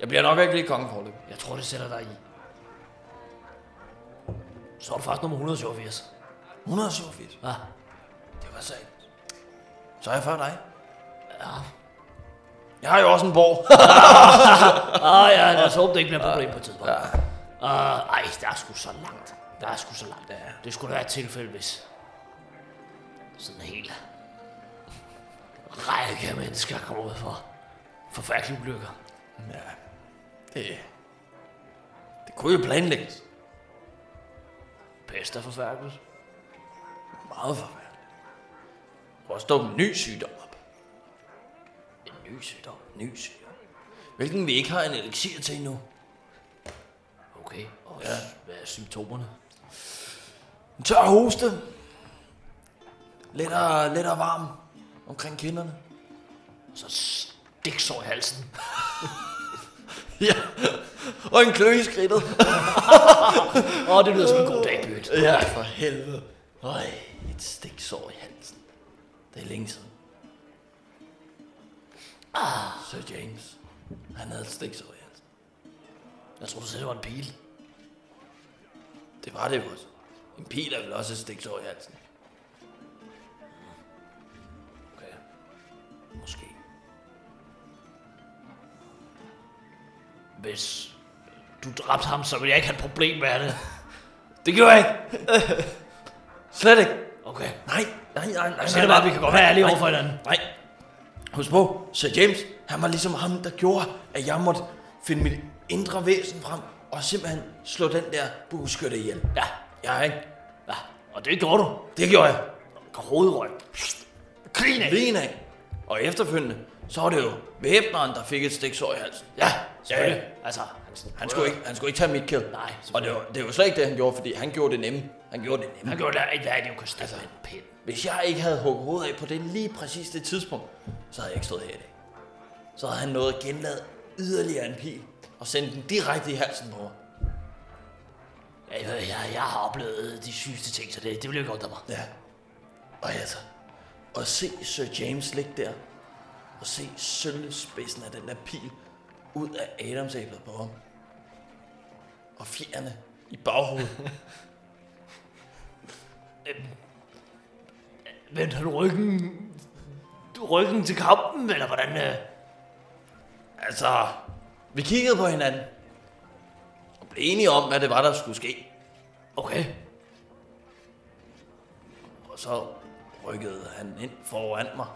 S1: Jeg bliver nok ikke lige konge forløb.
S2: Jeg tror, det sætter dig i. Så er du faktisk nummer 187.
S1: 187.
S2: Ja.
S1: Det var sagt. Så er jeg før dig.
S2: Ja.
S1: Jeg har jo også en borg.
S2: Ah, ja, lad os håbe, det ikke bliver et problem på et tidspunkt.
S1: Ja.
S2: Uh, ej, der er sgu så langt. Der er sgu så langt. Ja. Det skulle da være et tilfælde, hvis sådan en hel række af mennesker kommer ud for forfærdelige ulykker.
S1: ja. Det, det kunne jo planlægges.
S2: Pest er forfærdeligt.
S1: Meget forfærdeligt. Også dukke en ny sygdom op.
S2: En ny sygdom.
S1: Ny sygdom. Hvilken vi ikke har en elixir til endnu.
S2: Okay, og ja. hvad er symptomerne?
S1: En tør hoste. Lettere, lettere varm omkring kinderne.
S2: Og så et stiksår i halsen.
S1: Ja. Og en klø i skridtet.
S2: Åh, oh, det lyder som en god dag, Bøt.
S1: ja, for helvede. Øj, et stiksår i halsen. Det er længe siden. Ah. Sir James, han havde et stiksår i halsen.
S2: Jeg tror du selv, det var en pil.
S1: Det var det jo også. En pil er vel også et stiksår i halsen.
S2: Okay.
S1: Måske.
S2: Hvis du dræbte ham, så ville jeg ikke have et problem med det.
S1: Det gjorde jeg ikke. Slet ikke.
S2: Okay.
S1: Nej, nej, nej. nej
S2: Så er det bare, vi kan godt være ærlige over for hinanden.
S1: Nej. Husk på, Sir James, han var ligesom ham, der gjorde, at jeg måtte finde mit indre væsen frem og simpelthen slå den der bueskytte ihjel.
S2: Ja,
S1: Ja, ikke?
S2: ja. Og det gjorde du.
S1: Det gjorde jeg.
S2: Hovedrøg. Grin af.
S1: Lige af. Og efterfølgende, så var det jo væbneren, der fik et stiksår i halsen.
S2: Ja,
S1: selvfølgelig.
S2: selvfølgelig. Altså, han,
S1: Han skulle ikke, han skulle ikke tage mit kill.
S2: Nej,
S1: Og det var, det var slet ikke det, han gjorde, fordi han gjorde det nemme. Han gjorde det nemme.
S2: Han gjorde da ikke hvad, at du kunne
S1: Altså-
S2: stikke med en pind.
S1: Hvis jeg ikke havde hugget hovedet af på det lige præcis det tidspunkt, så havde jeg ikke stået her i dag. Så havde han nået at genlade yderligere en pil og sendt den direkte i halsen på mig.
S2: Jeg, jeg, jeg har oplevet de sygeste ting, så det, det ville jeg godt af mig.
S1: Ja. Og altså, at se Sir James ligge der, og se sølvspidsen af den der pil ud af Adamsæblet på ham, og fjerne i baghovedet.
S2: Vendte han ryggen, ryggen til kampen, eller hvordan? Øh?
S1: altså, vi kiggede på hinanden, og blev enige om, hvad det var, der skulle ske.
S2: Okay.
S1: Og så rykkede han ind foran mig.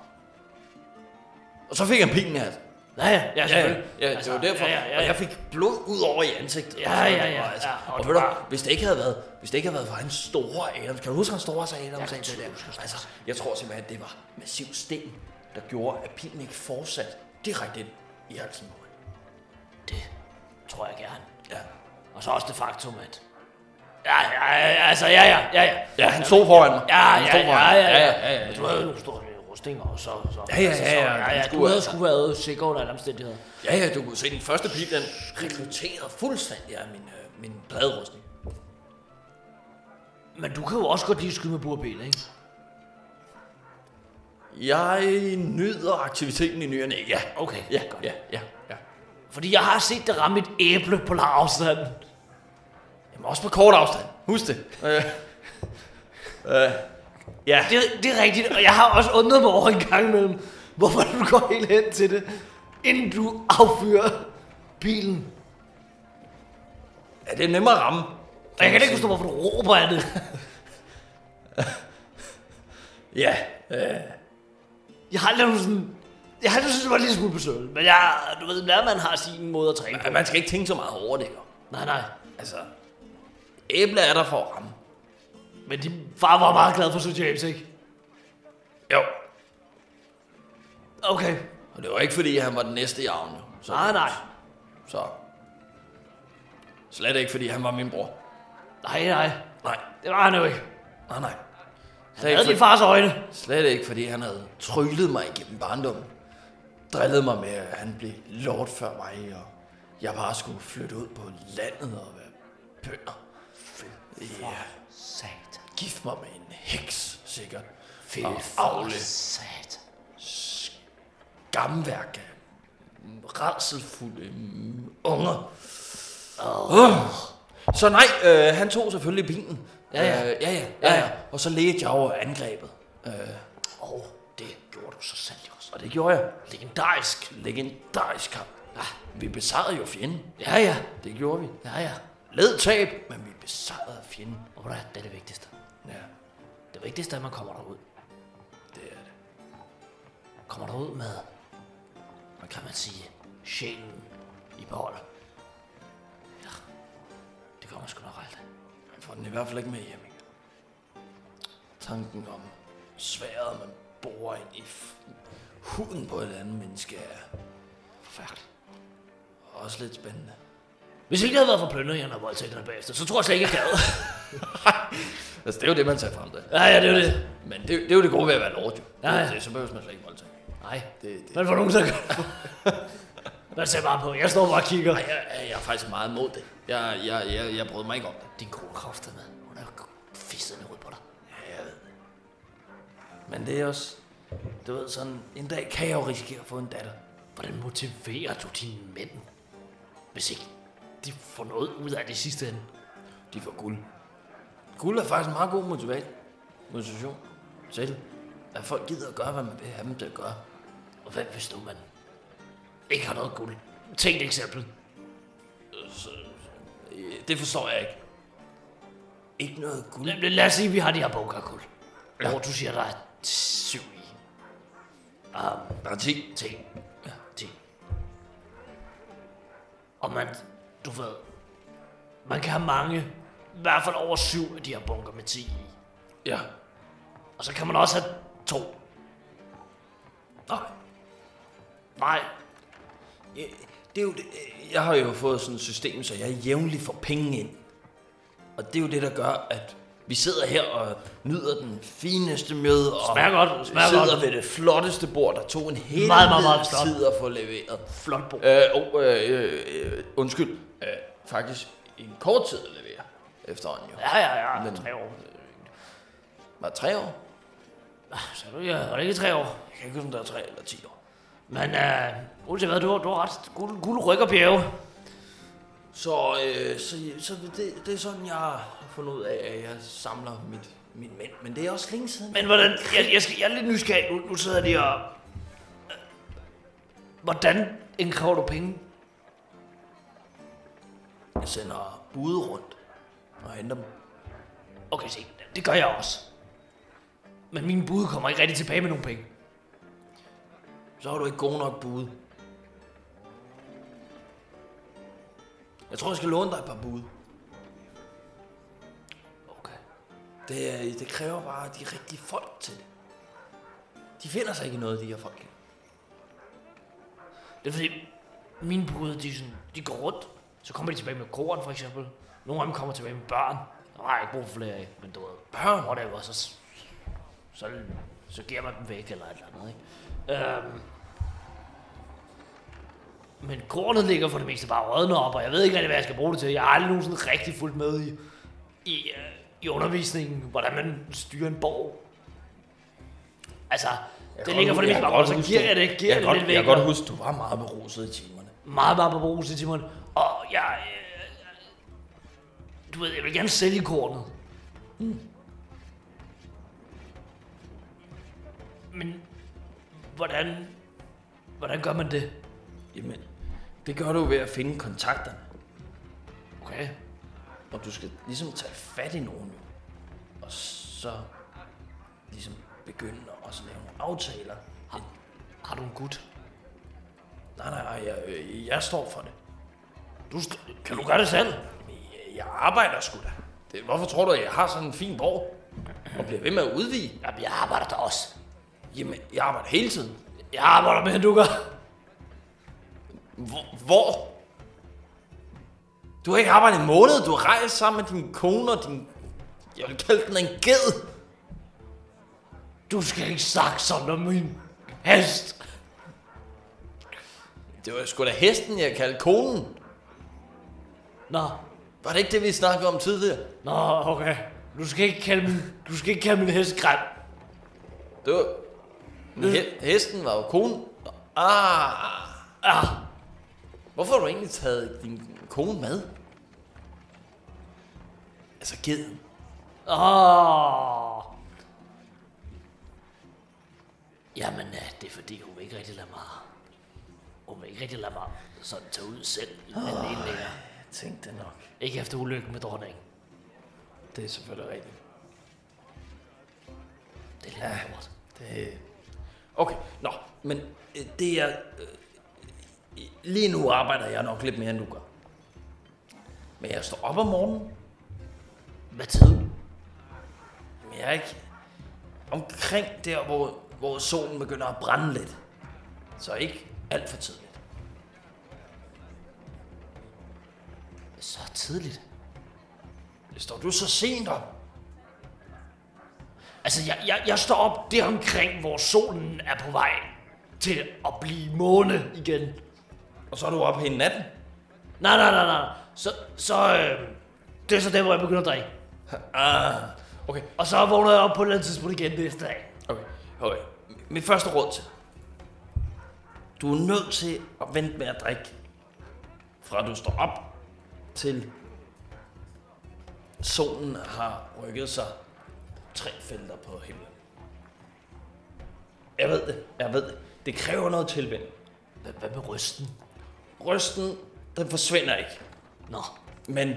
S1: Og så fik han pilen i halsen.
S2: Ja, ja, ja, selvfølgelig.
S1: ja, det var derfor.
S2: Ja, ja, ja,
S1: Og
S2: ja.
S1: jeg fik blod ud over i ansigtet.
S2: Ja,
S1: og sådan
S2: ja,
S1: noget,
S2: ja,
S1: og altså,
S2: ja, og
S1: Og,
S2: du
S1: ved du,
S2: var-
S1: hvis det ikke havde været, hvis det ikke havde været for hans store Adam, kan du huske hans store Adam?
S2: Jeg kan
S1: sagde det
S2: tydeligt huske hans
S1: der? Altså, jeg tror simpelthen, at det var massiv sten, der gjorde, at pilen ikke fortsat direkte ind i halsen på mig.
S2: Det tror jeg gerne.
S1: Ja.
S2: Og så også det faktum, at... Ja, ja, ja, altså, ja, ja, ja, ja.
S1: Ja, han stod foran mig.
S2: Ja,
S1: Han
S2: ja,
S1: stod foran
S2: ja,
S1: mig.
S2: ja,
S1: ja, ja, ja.
S2: Men Du havde jo nogle store rustinger, og så... så
S1: Ja, ja,
S2: altså,
S1: ja,
S2: så-
S1: ja,
S2: ja,
S1: den
S2: ja. Du
S1: skulle-
S2: havde sgu været sikker under alle omstændigheder.
S1: Ja, ja, du kunne se den første pil, den rekrutterede fuldstændig af min, øh, min pladerustning.
S2: Men du kan jo også godt lide at skyde med burbil, ikke?
S1: Jeg nyder aktiviteten i ny og næ, ja.
S2: Okay,
S1: Ja,
S2: godt.
S1: ja, ja, ja.
S2: Fordi jeg har set det ramme et æble på lang afstand.
S1: Jamen også på kort afstand. Husk det. Øh, øh, ja.
S2: Det, det er rigtigt, og jeg har også undret mig over en gang imellem, hvorfor du går helt hen til det, inden du affyrer bilen.
S1: ja, det er nemmere at ramme.
S2: Og jeg kan
S1: man
S2: ikke forstå,
S1: sige.
S2: hvorfor du råber af det.
S1: Ja, øh,
S2: Jeg har aldrig nogen sådan... Jeg har aldrig synes, det var en lille smule besøgel, men jeg, du ved, når man har sin måde at træne på.
S1: men man skal ikke tænke så meget over det, jo.
S2: Nej, nej.
S1: Altså, æbler er der for at ramme.
S2: Men din far var meget glad for Sir James, ikke?
S1: Jo.
S2: Okay.
S1: Og det var ikke, fordi han var den næste i arven, jo. Så,
S2: Nej, nej.
S1: Så. Slet ikke, fordi han var min bror.
S2: Nej, nej.
S1: Nej,
S2: Det var han jo ikke.
S1: nej, nej. Slet
S2: Jeg havde
S1: ikke,
S2: din
S1: for,
S2: fars øjne.
S1: slet ikke, fordi han havde tryllet mig igennem barndommen. Drillet mig med, at han blev lord før mig, og jeg bare skulle flytte ud på landet og være bønder. Ja,
S2: Satan.
S1: gift mig med en heks, sikkert.
S2: Fy
S1: Og
S2: for
S1: afle
S2: satan.
S1: gamværk af rædselfulde mm, unger. Oh. Så nej, øh, han tog selvfølgelig bilen.
S2: Ja, ja.
S1: Øh, ja, ja, ja, ja. Og så ledte jeg over angrebet. Øh,
S2: Og det gjorde du så sandelig også.
S1: og det gjorde jeg.
S2: Legendarisk.
S1: Legendarisk kamp. Ja, vi besejrede jo fjenden.
S2: Ja, ja.
S1: Det gjorde vi.
S2: Ja, ja.
S1: Led tab, men vi besejrede fjenden.
S2: Og hvad er det, det er det vigtigste?
S1: Ja,
S2: Det vigtigste er, at man kommer derud.
S1: det er det.
S2: Kommer derud med, hvad kan man sige, sjælen i behold. Ja. Det kommer sgu nok aldrig.
S1: Man får den i hvert fald ikke med hjem. ikke? Tanken om sværet, man borer ind i f- huden på et andet menneske, er
S2: Forfærdeligt.
S1: også lidt spændende.
S2: Hvis ikke jeg havde været for plønderierne og voldtægterne bagefter, så tror jeg slet ikke, jeg gad.
S1: Altså, det er jo det, man tager frem til.
S2: ja, ja, det er jo det.
S1: Men det, det er jo det gode ved at være lord, jo.
S2: Ja, ja.
S1: Det, det, så behøver man slet ikke voldtage.
S2: Nej,
S1: Det, det.
S2: man får nogen til at gøre det. Man ser bare på, jeg står bare og kigger.
S1: Jeg, jeg, jeg er faktisk meget mod det. Jeg, jeg, jeg, jeg brød mig ikke om det.
S2: Din kone kraftede med. Hun er jo fisset ned på dig.
S1: Ja, jeg ved det. Men det er også... Du ved, sådan en dag kan jeg jo risikere at få en datter.
S2: Hvordan motiverer du dine mænd, hvis ikke de får noget ud af det i sidste ende?
S1: De får guld. Guld er faktisk en meget god motivat. motivation til, at folk gider at gøre, hvad man vil have dem til at gøre.
S2: Og hvad hvis nu man ikke har noget guld? Tænk et eksempel.
S1: Øh, Det forstår jeg ikke. Ikke noget guld.
S2: Lad, lad os sige, at vi har de her bunker af guld.
S1: Ja.
S2: Ja. Hvor du siger, der er syv i.
S1: Der er 10.
S2: Ting. Ja. Ting. Og man, du ved, man kan have mange, i hvert fald over syv af de her bunker med 10 i.
S1: Ja.
S2: Og så kan man også have to.
S1: Nej.
S2: Nej,
S1: Øh, Det er jo det. Jeg har jo fået sådan et system, så jeg jævnligt får penge ind. Og det er jo det, der gør, at vi sidder her og nyder den fineste mød. Og
S2: Smager godt, smager
S1: sidder
S2: godt.
S1: ved det flotteste bord, der tog en hel
S2: Meget, meget, meget flot.
S1: tid at få leveret.
S2: flot bog.
S1: Øh, oh, øh, øh, øh, undskyld. Øh, faktisk en kort tid at levere efterhånden jo.
S2: Ja, ja, ja,
S1: Men-
S2: Men... tre år.
S1: Var det tre år?
S2: Så er du ja, var det ikke tre år.
S1: Jeg kan ikke huske, om der er tre eller ti år.
S2: Men øh, uanset hvad, du, har- du har ret. Guld, guld rykker bjerge.
S1: Så, øh, så, så det, det er sådan, jeg har fundet ud af, at jeg samler mit, min mænd. Men det er også længe siden.
S2: Men hvordan, jeg, jeg, skal, jeg er lidt nysgerrig, nu, nu sidder jeg lige og... Øh, Hvordan indkræver du penge?
S1: Jeg sender bud rundt og henter dem.
S2: Okay, se, det gør jeg også. Men min bud kommer ikke rigtig tilbage med nogen penge.
S1: Så har du ikke god nok bud. Jeg tror, jeg skal låne dig et par bud.
S2: Okay.
S1: Det, er- det kræver bare de rigtige folk til det. De finder sig ikke i noget, de her folk.
S2: Det er fordi, mine bud, de, er sådan, de går rundt. Så kommer de tilbage med koren, for eksempel. Nogle af dem kommer tilbage med børn. Der har jeg ikke brug for flere af, men du ved,
S1: Børn?
S2: whatever, så, så, så giver man dem væk eller et eller andet, ikke? Øhm, men kornet ligger for det meste bare rådne op, og jeg ved ikke rigtig, hvad jeg skal bruge det til. Jeg har aldrig nogensinde rigtig fulgt med i, i, øh, i undervisningen, hvordan man styrer en borg. Altså, det ligger for det meste bare rådne, så giver jeg det, giver
S1: jeg
S2: det
S1: kan
S2: lidt
S1: godt,
S2: væk.
S1: Jeg kan
S2: og-
S1: godt huske, du var meget beruset i timerne.
S2: meget bare på brug til Timon. Og jeg... Øh, du ved, jeg vil gerne sælge Hmm. kornet. Mm. Men hvordan... Hvordan gør man det?
S1: Jamen, det gør du ved at finde kontakterne.
S2: Okay.
S1: Og du skal ligesom tage fat i nogen, jo. Og så ligesom begynde at også lave nogle aftaler.
S2: Har, har du en gut?
S1: Nej, nej, jeg, øh, jeg står for det.
S2: Du, st- kan du gøre det selv?
S1: Men jeg- Jeg arbejder sgu da. Det, hvorfor tror du, at jeg har sådan en fin borg? Og bliver ved med at udvide?
S2: Jamen, jeg arbejder da også.
S1: Jamen, jeg arbejder hele tiden.
S2: Jeg arbejder med, end du gør.
S1: Hvor? hvor? Du har ikke arbejdet en måned. Du har rejst sammen med din kone og din... Jeg vil kalde den en ged.
S2: Du skal ikke snakke sådan om min hest.
S1: Det var sgu da hesten, jeg kaldte konen.
S2: Nå,
S1: Var det ikke det, vi snakkede om tidligere?
S2: nå, okay. Du skal ikke kalde min, du skal ikke kalde min hest grim.
S1: Det var... Men he- hesten var jo konen. Nå, Ah,
S2: Ah,
S1: hvorfor har du egentlig taget din kone med? Altså geden.
S2: ah. Jamen, øh, det er fordi, hun vil ikke rigtig lade mig... Hun vil ikke rigtig lade mig sådan tage ud selv alene længere.
S1: Jeg tænkte nok.
S2: Ikke efter ulykken med dronningen.
S1: Det er selvfølgelig rigtigt.
S2: Det er lidt ja. lort.
S1: Det... Øh, Okay, nå, men øh, det er... Øh, lige nu arbejder jeg nok lidt mere, end du gør. Men jeg står op om morgenen.
S2: Hvad tid?
S1: Men jeg er ikke omkring der, hvor, hvor solen begynder at brænde lidt. Så ikke alt for tidligt.
S2: Så tidligt.
S1: Står du så sent op?
S2: Altså, jeg, jeg, jeg står op der omkring, hvor solen er på vej til at blive måne igen.
S1: Og så er du op hele natten?
S2: Nej, nej, nej, nej. Så, så øh, det er så der, hvor jeg begynder at drikke.
S1: Ah, okay,
S2: Og så vågner jeg op på et eller andet tidspunkt igen næste dag.
S1: okay, okay. Mit første råd til. Du er nødt til at vente med at drikke. Fra du står op til solen har rykket sig tre felter på himlen. Jeg ved det, jeg ved det. Det kræver noget tilvænding.
S2: Hvad, hvad med rysten?
S1: Rysten, den forsvinder ikke.
S2: Nå,
S1: Men,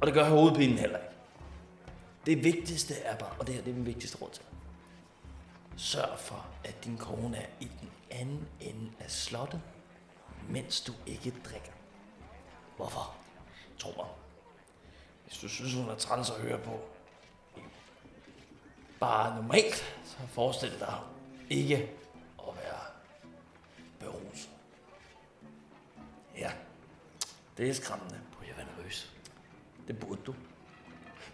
S1: og det gør hovedpinen heller ikke. Det vigtigste er bare, og det her det er den vigtigste råd til dig. Sørg for, at din kone er i den anden ende af slottet, mens du ikke drikker. Hvorfor? Tro mig. Hvis du synes, hun er træls at høre på, bare normalt, så forestil dig ikke at være beruset. Ja, det er skræmmende.
S2: burde jeg være nervøs.
S1: Det burde du.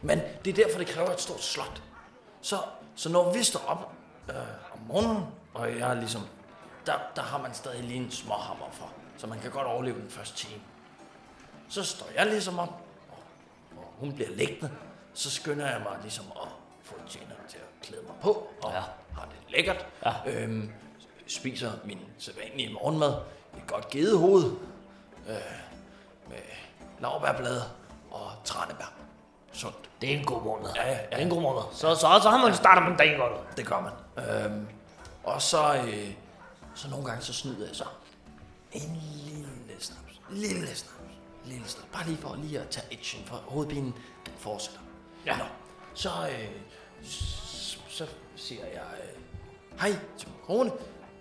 S1: Men det er derfor, det kræver et stort slot. Så, så når vi står op øh, om morgenen, og jeg er ligesom, der, der har man stadig lige en småhammer for, så man kan godt overleve den første time. Så står jeg ligesom op, og, og hun bliver liggende. Så skynder jeg mig ligesom at få tjeneren til at klæde mig på, og ja. har det lækkert.
S2: Ja.
S1: Øhm, spiser min sædvanlige morgenmad, et godt gedehoved, med laurbærblade og tranebær. Sundt.
S2: Det er en god måned.
S1: Ja, ja, ja.
S2: Det er en god måned. Så, så, så har man startet på dagen godt.
S1: Det gør man. Øhm, og så, øh, så nogle gange, så snyder jeg så en lille snaps. Lille snaps. Lille snaps. Bare lige for lige at tage action, for hovedpinen den fortsætter.
S2: Ja.
S1: Nå, så, øh, s- så siger jeg øh, hej til min kone,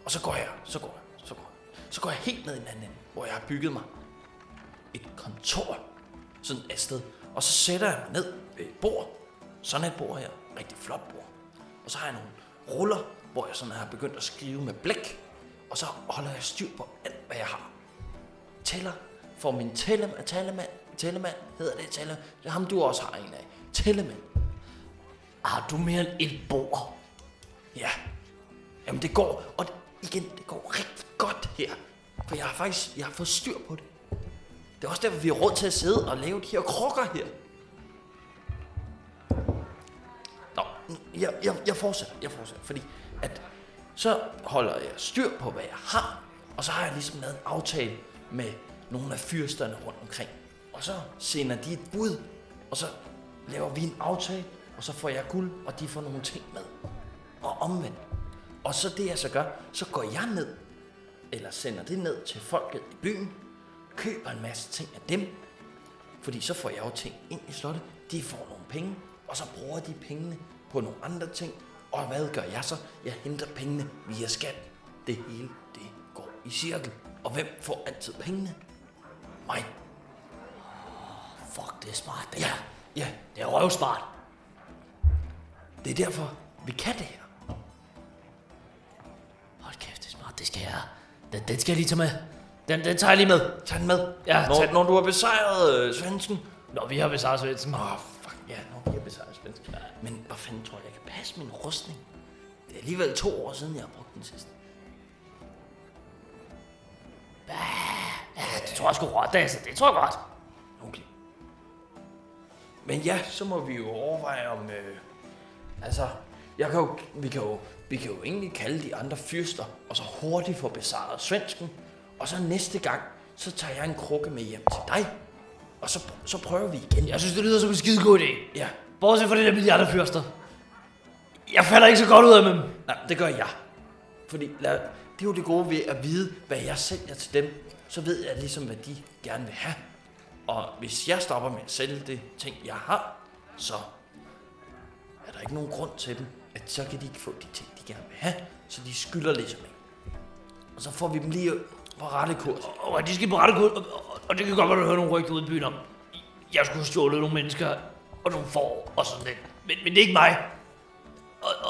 S1: og så går jeg, så går jeg, så går jeg. Så går jeg helt ned i den anden ende, hvor jeg har bygget mig et kontor, sådan et sted. Og så sætter jeg mig ned ved et bord, sådan et bord her, rigtig flot bord. Og så har jeg nogle ruller, hvor jeg sådan har begyndt at skrive med blæk, og så holder jeg styr på alt, hvad jeg har. Tæller, får min tællemand, tællemand, tællemand, hedder det tæller, det er ham du også har en af. Tællemand,
S2: Har du mere end et bord?
S1: ja. Jamen det går, og det- igen, det går rigtig godt her, for jeg har faktisk, jeg har fået styr på det. Det er også derfor, vi har råd til at sidde og lave de her krukker her. Nå, jeg, jeg, jeg fortsætter, jeg fortsætter, fordi at så holder jeg styr på, hvad jeg har, og så har jeg ligesom lavet en aftale med nogle af fyrsterne rundt omkring. Og så sender de et bud, og så laver vi en aftale, og så får jeg guld, og de får nogle ting med. Og omvendt. Og så det jeg så gør, så går jeg ned eller sender det ned til folket i byen, køber en masse ting af dem, fordi så får jeg jo ting ind i slottet, de får nogle penge, og så bruger de pengene på nogle andre ting. Og hvad gør jeg så? Jeg henter pengene via skat. Det hele, det går i cirkel. Og hvem får altid pengene? Mig.
S2: Fuck, det er smart, det
S1: Ja,
S2: her.
S1: ja.
S2: Det er røvsmart.
S1: Det er derfor, vi kan det her.
S2: Hold kæft, det er smart. Det skal jeg. Den, den skal jeg lige tage med. Den, den tager jeg lige med.
S1: Tag den med.
S2: Ja,
S1: når,
S2: tag
S1: når du har besejret øh, Svendsen.
S2: Nå, vi har besejret Svendsen.
S1: Åh, oh, fuck ja, når vi har besejret Svendsen. Men hvor fanden tror jeg, jeg kan passe min rustning? Det er alligevel to år siden, jeg har brugt den sidste.
S2: Ja, det tror jeg sgu godt, altså. Det tror jeg godt.
S1: Okay. Men ja, så må vi jo overveje om... Øh, altså, jeg kan jo, vi, kan jo, vi kan jo egentlig kalde de andre fyrster, og så hurtigt få besejret svensken. Og så næste gang, så tager jeg en krukke med hjem til dig. Og så, pr- så prøver vi igen.
S2: Jeg synes, det lyder som en skide god idé.
S1: Ja,
S2: Bortset fra det der milliarderfyrster. Jeg falder ikke så godt ud af dem.
S1: nej, det gør jeg. Fordi lad, det er jo det gode ved at vide, hvad jeg sælger til dem. Så ved jeg ligesom, hvad de gerne vil have. Og hvis jeg stopper med at sælge det ting, jeg har, så er der ikke nogen grund til dem, at så kan de ikke få de ting, de gerne vil have. Så de skylder ligesom ikke. Og så får vi dem lige på rette kurs.
S2: Og de skal på rette kurs, og, og, og det kan godt være, du hører nogle rygter ude i byen om. Jeg skulle have stjålet nogle mennesker, og nogle får, og sådan lidt. Men, men det er ikke mig.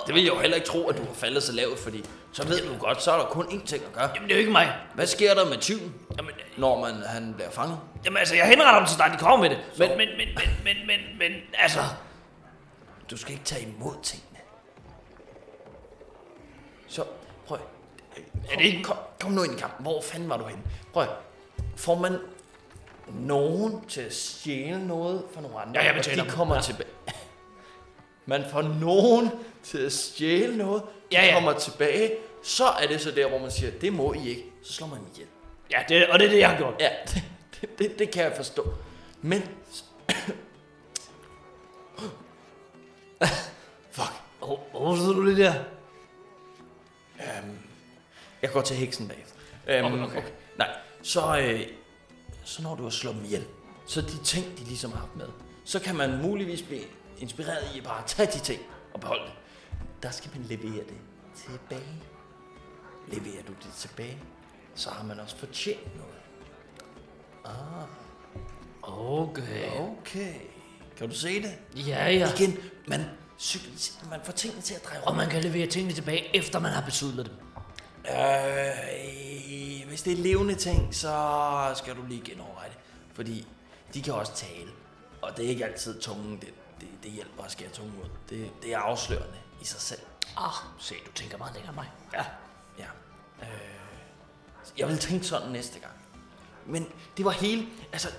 S1: Det vil jeg jo heller ikke tro, at du har faldet så lavt, fordi så ved du godt, så er der kun én ting at gøre.
S2: Jamen, det er jo ikke mig.
S1: Hvad sker der med tyven,
S2: Jamen,
S1: når man, han bliver fanget?
S2: jamen altså, jeg henretter dem til dig, de kommer med det. Men, men, men, men, men, men, men, altså...
S1: Du skal ikke tage imod tingene. Så prøv.
S2: Er det ikke-
S1: Kom, kom nu ind i kampen. Hvor fanden var du henne? Prøv. Får man nogen til at stjæle noget fra nogle andre?
S2: Ja, jeg
S1: og
S2: betaler
S1: de
S2: dem.
S1: kommer
S2: Ja.
S1: tilbage. Man får nogen til at stjæle noget, de
S2: Ja, ja.
S1: kommer tilbage, så er det så der, hvor man siger, det må I ikke. Så slår man dem ihjel.
S2: Ja, det, og det er det, jeg har gjort.
S1: Ja, det, det, det, det kan jeg forstå. Men... Fuck.
S2: Hvor, hvor sidder du lige der?
S1: Jeg går til heksen bagefter. Øhm,
S2: Okay, okay.
S1: Nej, så, øh, så når du har slået dem ihjel, så de ting, de ligesom har haft med, så kan man muligvis blive inspireret i at bare tage de ting og beholde det. Der skal man levere det tilbage. Leverer du det tilbage, så har man også fortjent noget.
S2: Okay.
S1: Okay. Kan du se det?
S2: Ja, ja.
S1: Igen, man, cykliserer- man får tingene til at dreje
S2: Og
S1: rundt.
S2: man kan levere tingene tilbage, efter man har besudlet dem.
S1: Øh, hvis det er levende ting, så skal du lige genoverveje det. Fordi de kan også tale. Og det er ikke altid tungen, det, det, det hjælper at skære tungen ud. Det, det er afslørende i sig selv.
S2: Ah, se, du tænker meget længere end mig. Ja.
S1: Ja. Øh, jeg vil tænke sådan næste gang. Men det var hele, altså,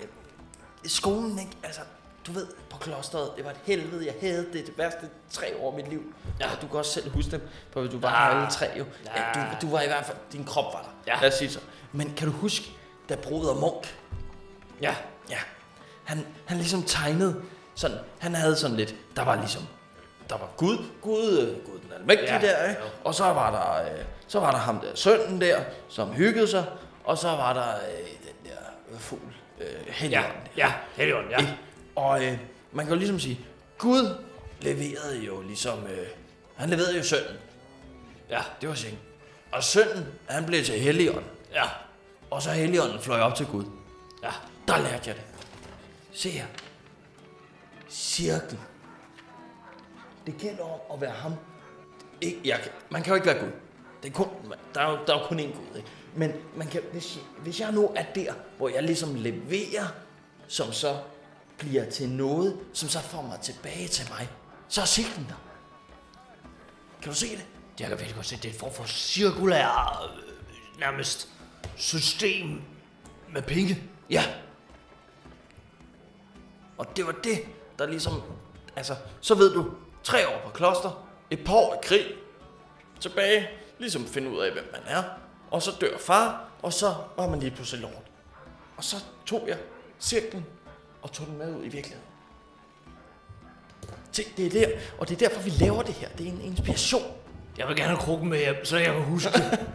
S1: øh, skolen, ikke? Altså, du ved, på klosteret, det var et helvede, jeg havde det, det værste tre år af mit liv. Ja.
S2: Ja.
S1: Og du kan også selv huske dem, for du var
S2: Ah.
S1: ah. alle tre jo. Ja.
S2: Ja.
S1: du, du var i hvert fald, din krop var der.
S2: Ja.
S1: Lad os sige så. Men kan du huske, da broder Munk,
S2: Ja.
S1: Ja. Han, han ligesom tegnede sådan, han havde sådan lidt, der var ligesom, der var Gud, Gud, øh, Gud den almægtige
S2: Ja,
S1: ja, der, ikke?
S2: jo.
S1: og så var der, øh, så var der ham der, sønnen der, som hyggede sig, og så var der øh, den der øh, fugl, øh,
S2: Ja,
S1: Helligånden der,
S2: ja. Helion, ja.
S1: ikke? Og øh, man kan jo ligesom sige, Gud leverede jo ligesom, øh, han leverede jo sønnen,
S2: Ja.
S1: det var sin. Og sønnen, han blev til Helligånden,
S2: Ja.
S1: og så Helligånden fløj op til Gud.
S2: Ja.
S1: Der lærte jeg det. Se her. Cirkel. Det gælder om at være ham. Ikke, jeg kan, man kan jo ikke være Gud. Det er kun, man- der, er jo, der er jo kun én Gud. Ikke? Men man kan, hvis, jeg, hvis jeg nu er der, hvor jeg ligesom leverer, som så bliver til noget, som så får mig tilbage til mig, så er cirklen der. Kan du se det?
S2: Jeg kan virkelig godt se, det er en form for cirkulær, øh, nærmest system med penge.
S1: Ja. Og det var det, der ligesom... Altså, så ved du, tre år på kloster, et par år i krig, tilbage, ligesom finde ud af, hvem man er, og så dør far, og så var man lige pludselig lort. Og så tog jeg cirklen og tog den med ud i virkeligheden. Se, det er der, og det er derfor, vi laver det her. Det er en inspiration.
S2: Jeg vil gerne have krukken med hjem, så jeg kan huske det.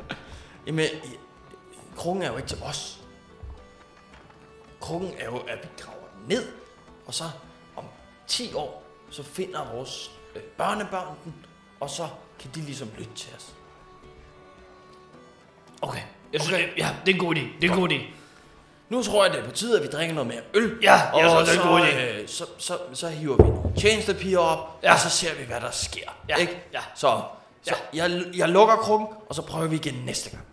S1: Jamen, krukken er jo ikke til os. Krukken er jo, at vi graver den ned, og så om 10 år, så finder vores øh, børnebørn den, og så kan de ligesom lytte til os.
S2: Okay. Jeg synes, okay. ja, det er en god idé. Det er en god idé.
S1: Nu tror jeg, det er på tide, at vi drikker noget mere øl.
S2: Ja, jeg
S1: og
S2: synes, det er en god idé.
S1: så, øh, så, så, så hiver vi nogle tjenestepiger op, ja. og så ser vi, hvad der sker.
S2: Ja,
S1: Ikke?
S2: ja.
S1: Så, så jeg, jeg lukker krukken, og så prøver vi igen næste gang.